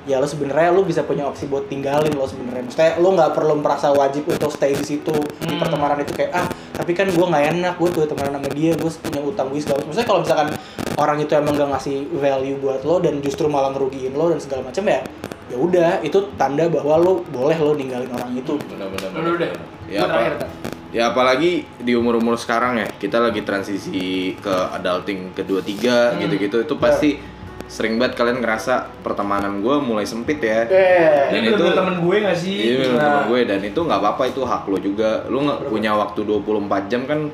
S1: ya lo sebenarnya lo bisa punya opsi buat tinggalin lo sebenarnya maksudnya lo nggak perlu merasa wajib untuk stay di situ di
S3: Hmm.
S1: pertemanan itu kayak ah tapi kan gue nggak enak gue tuh temenan sama dia gue punya utang gue segala macam." maksudnya kalau misalkan orang itu emang gak ngasih value buat lo dan justru malah ngerugiin lo dan segala macam ya ya udah itu tanda bahwa lo boleh lo ninggalin orang itu
S4: Bener-bener
S3: Lu udah.
S4: Ya,
S3: Gua terakhir.
S4: apa?
S3: Tat.
S4: Ya apalagi di umur-umur sekarang ya, kita lagi transisi ke adulting kedua tiga gitu-gitu itu pasti sering banget kalian ngerasa pertemanan gue mulai sempit ya.
S3: Ini
S4: Dan
S3: bener-bener
S4: itu-
S3: temen gue gak sih?
S4: Iya memang
S3: Nah.
S4: temen gue dan itu nggak apa-apa itu hak lo juga. Lo nggak punya waktu 24 jam kan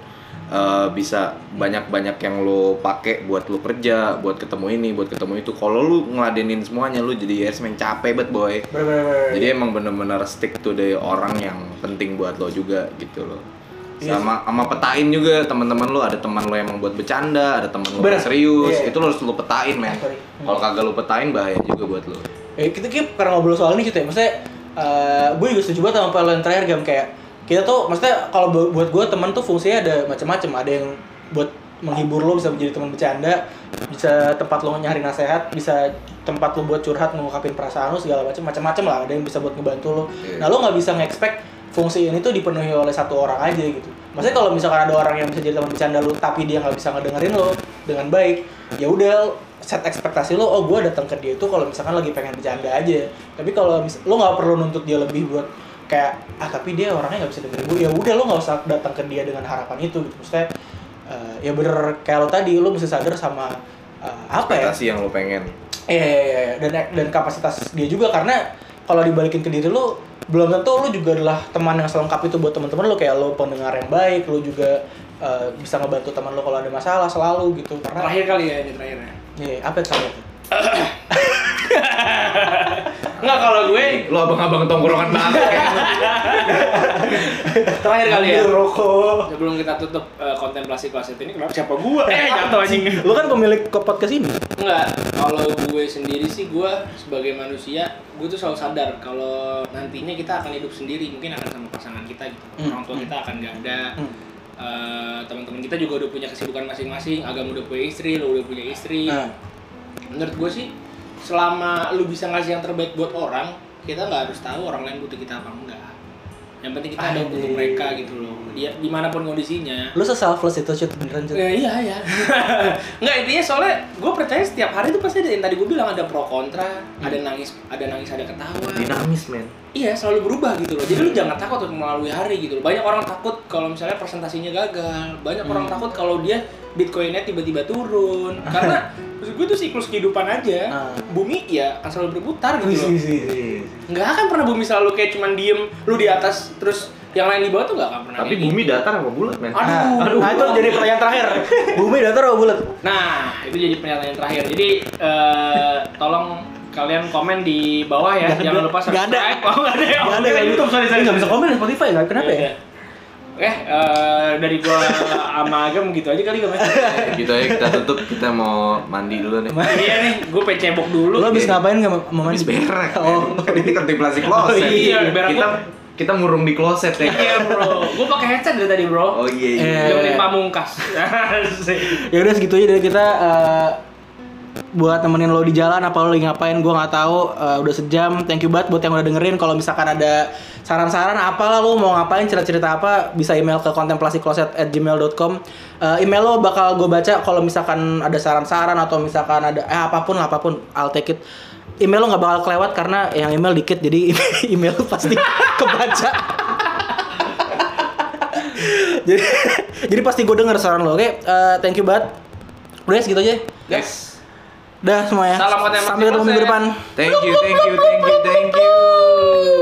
S4: eh, bisa banyak-banyak yang lo pakai buat lo kerja, buat ketemu ini, buat ketemu itu. Kalau lo ngeladenin semuanya lo jadi yes man capek banget boy. Jadi emang bener-bener stick to the orang yang penting buat lo juga gitu loh.
S1: Iya.
S4: Sama sama petain juga teman-teman lo ada teman lo emang buat bercanda, ada teman lo
S1: Bener.
S4: buat serius.
S1: Iya.
S4: Itu lo harus lo petain men.
S1: Sorry.
S4: Kalau kagak lo petain bahaya juga buat lo.
S1: Eh, kita kayak pernah ngobrol soal ini gitu ya. Maksudnya eh gue juga setuju banget sama Pak yang terakhir Gam kayak kita tuh maksudnya kalau bu- buat gue teman tuh fungsinya ada macam-macam. Ada yang buat menghibur lo bisa menjadi teman bercanda, bisa tempat lo nyari nasehat, bisa tempat lo buat curhat ngungkapin perasaan lo segala macam macam-macam lah. Ada yang bisa buat ngebantu lo.
S4: Iya.
S1: Nah lo nggak bisa nge-expect fungsi ini tuh dipenuhi oleh satu orang aja gitu. Maksudnya kalau misalkan ada orang yang bisa jadi teman bercanda lu tapi dia nggak bisa ngedengerin lo dengan baik, ya udah set ekspektasi lo, oh gue datang ke dia itu kalau misalkan lagi pengen bercanda aja. Tapi kalau mis- lo nggak perlu nuntut dia lebih buat kayak ah tapi dia orangnya nggak bisa dengerin gue, ya udah lo nggak usah datang ke dia dengan harapan itu gitu. Maksudnya eh, ya bener kayak lo tadi lo mesti sadar sama eh, apa ya
S4: Ekspektasi yang lo pengen.
S1: Iya, iya, iya, iya. dan dan kapasitas dia juga karena kalau dibalikin ke diri lu belum tentu lu juga adalah teman yang selengkap itu buat teman-teman lu kayak lu pendengar yang baik, lu juga eh, bisa ngebantu teman lu kalau ada masalah selalu gitu karena
S3: Terakhir kali ya ini terakhir ya.
S1: Iya, apa yang salah tuh?
S3: Enggak kalau gue
S4: Lo abang-abang tongkrongan banget.
S3: terakhir kali ya.
S1: Ambil rokok.
S3: Sebelum kita tutup eh, konten plastik plastik ini kenapa siapa gue? Eh jatuh anjing.
S1: Lu kan pemilik ke podcast ini.
S3: Enggak, kalau gue sendiri sih gue sebagai manusia gue tuh selalu sadar kalau nantinya kita akan hidup sendiri mungkin akan sama pasangan kita gitu
S1: Hmm.
S3: orang tua
S1: Hmm.
S3: kita akan gak ada
S1: Hmm.
S3: Eh, teman-teman kita juga udah punya kesibukan masing-masing agam udah punya istri lo udah punya istri
S1: Nah,
S3: menurut gue sih selama lu bisa ngasih yang terbaik buat orang kita nggak harus tahu orang lain butuh kita apa enggak yang penting kita ada untuk
S1: Anjing.
S3: mereka gitu loh dia dimanapun kondisinya
S1: lu se-selfless itu shit beneran Cut.
S3: Ya, iya iya. <laughs> Nggak intinya soalnya gue percaya setiap hari itu pasti ada yang tadi gue bilang ada pro kontra, ada nangis, ada nangis, Hmm. ada ketawa.
S4: Dinamis men.
S3: Iya selalu berubah gitu loh. Jadi lu jangan takut untuk melalui hari gitu loh. Banyak orang takut kalau misalnya presentasinya gagal. Banyak orang takut kalau dia bitcoinnya tiba-tiba <laughs> turun. Karena maksud gue tuh siklus kehidupan aja.
S1: Ah.
S3: Bumi ya akan selalu berputar gitu loh.
S1: sih.
S3: Nggak akan pernah bumi selalu kayak cuman diem, lu di atas terus yang lain di bawah tuh nggak akan pernah.
S4: <laughs> Tapi
S3: kayak gitu.
S4: bumi datar apa bulat men?
S3: Aduh.
S1: Nah,
S3: Aduh.
S1: nah, itu jadi pertanyaan terakhir. <laughs> Bumi datar atau bulat?
S3: Nah, itu jadi pernyataan yang terakhir. Jadi eh, tolong kalian komen di bawah ya.
S1: Nggak ada.
S3: Jangan lupa
S1: Nggak
S3: subscribe.
S1: ada.
S3: Oh, nggak ada. ya. Oh,
S1: Nggak
S3: kira
S1: kayak
S3: YouTube. Sorry, sorry.
S1: Nggak bisa komen di Spotify, nggak? kenapa ya?
S3: Iya. Oke, eh, dari gua sama Agam gitu aja kali Gam.
S4: gitu aja kita tutup kita mau mandi dulu nih.
S3: Iya nih, gua pengen cebok dulu.
S1: Lu habis ngapain gak mau
S4: Habis
S1: mandi?
S4: berak.
S1: Oh.
S4: men. Kan <laughs> ini kontemplasi kloset.
S3: Oh, iya, berak
S4: kita
S3: gua-
S4: kita ngurung di kloset ya.
S3: Iya, Bro. Gua pakai headset dari tadi, Bro.
S4: Oh iya. iya.
S1: Eh.
S3: Dengerin pamungkas. <laughs>
S1: ya udah segitu aja dari kita eh, buat temenin lo di jalan apa lo lagi ngapain gue nggak tahu Eh, udah sejam thank you banget buat yang udah dengerin kalau misalkan ada saran-saran apalah lo mau ngapain cerita-cerita apa bisa email ke kontemplasikloset@gmail.com Eh, email lo bakal gue baca kalau misalkan ada saran-saran atau misalkan ada eh, apapun lah apapun I'll take it email lo nggak bakal kelewat karena yang email dikit jadi <laughs> email lo pasti <laughs> kebaca jadi <laughs> jadi pasti gue denger saran lo oke Eh, thank you banget udah segitu aja
S4: Yes.
S1: Dah semuanya.
S3: Salam buat yang
S1: Sampai ketemu minggu depan.
S4: Thank you, thank you, thank you, thank you.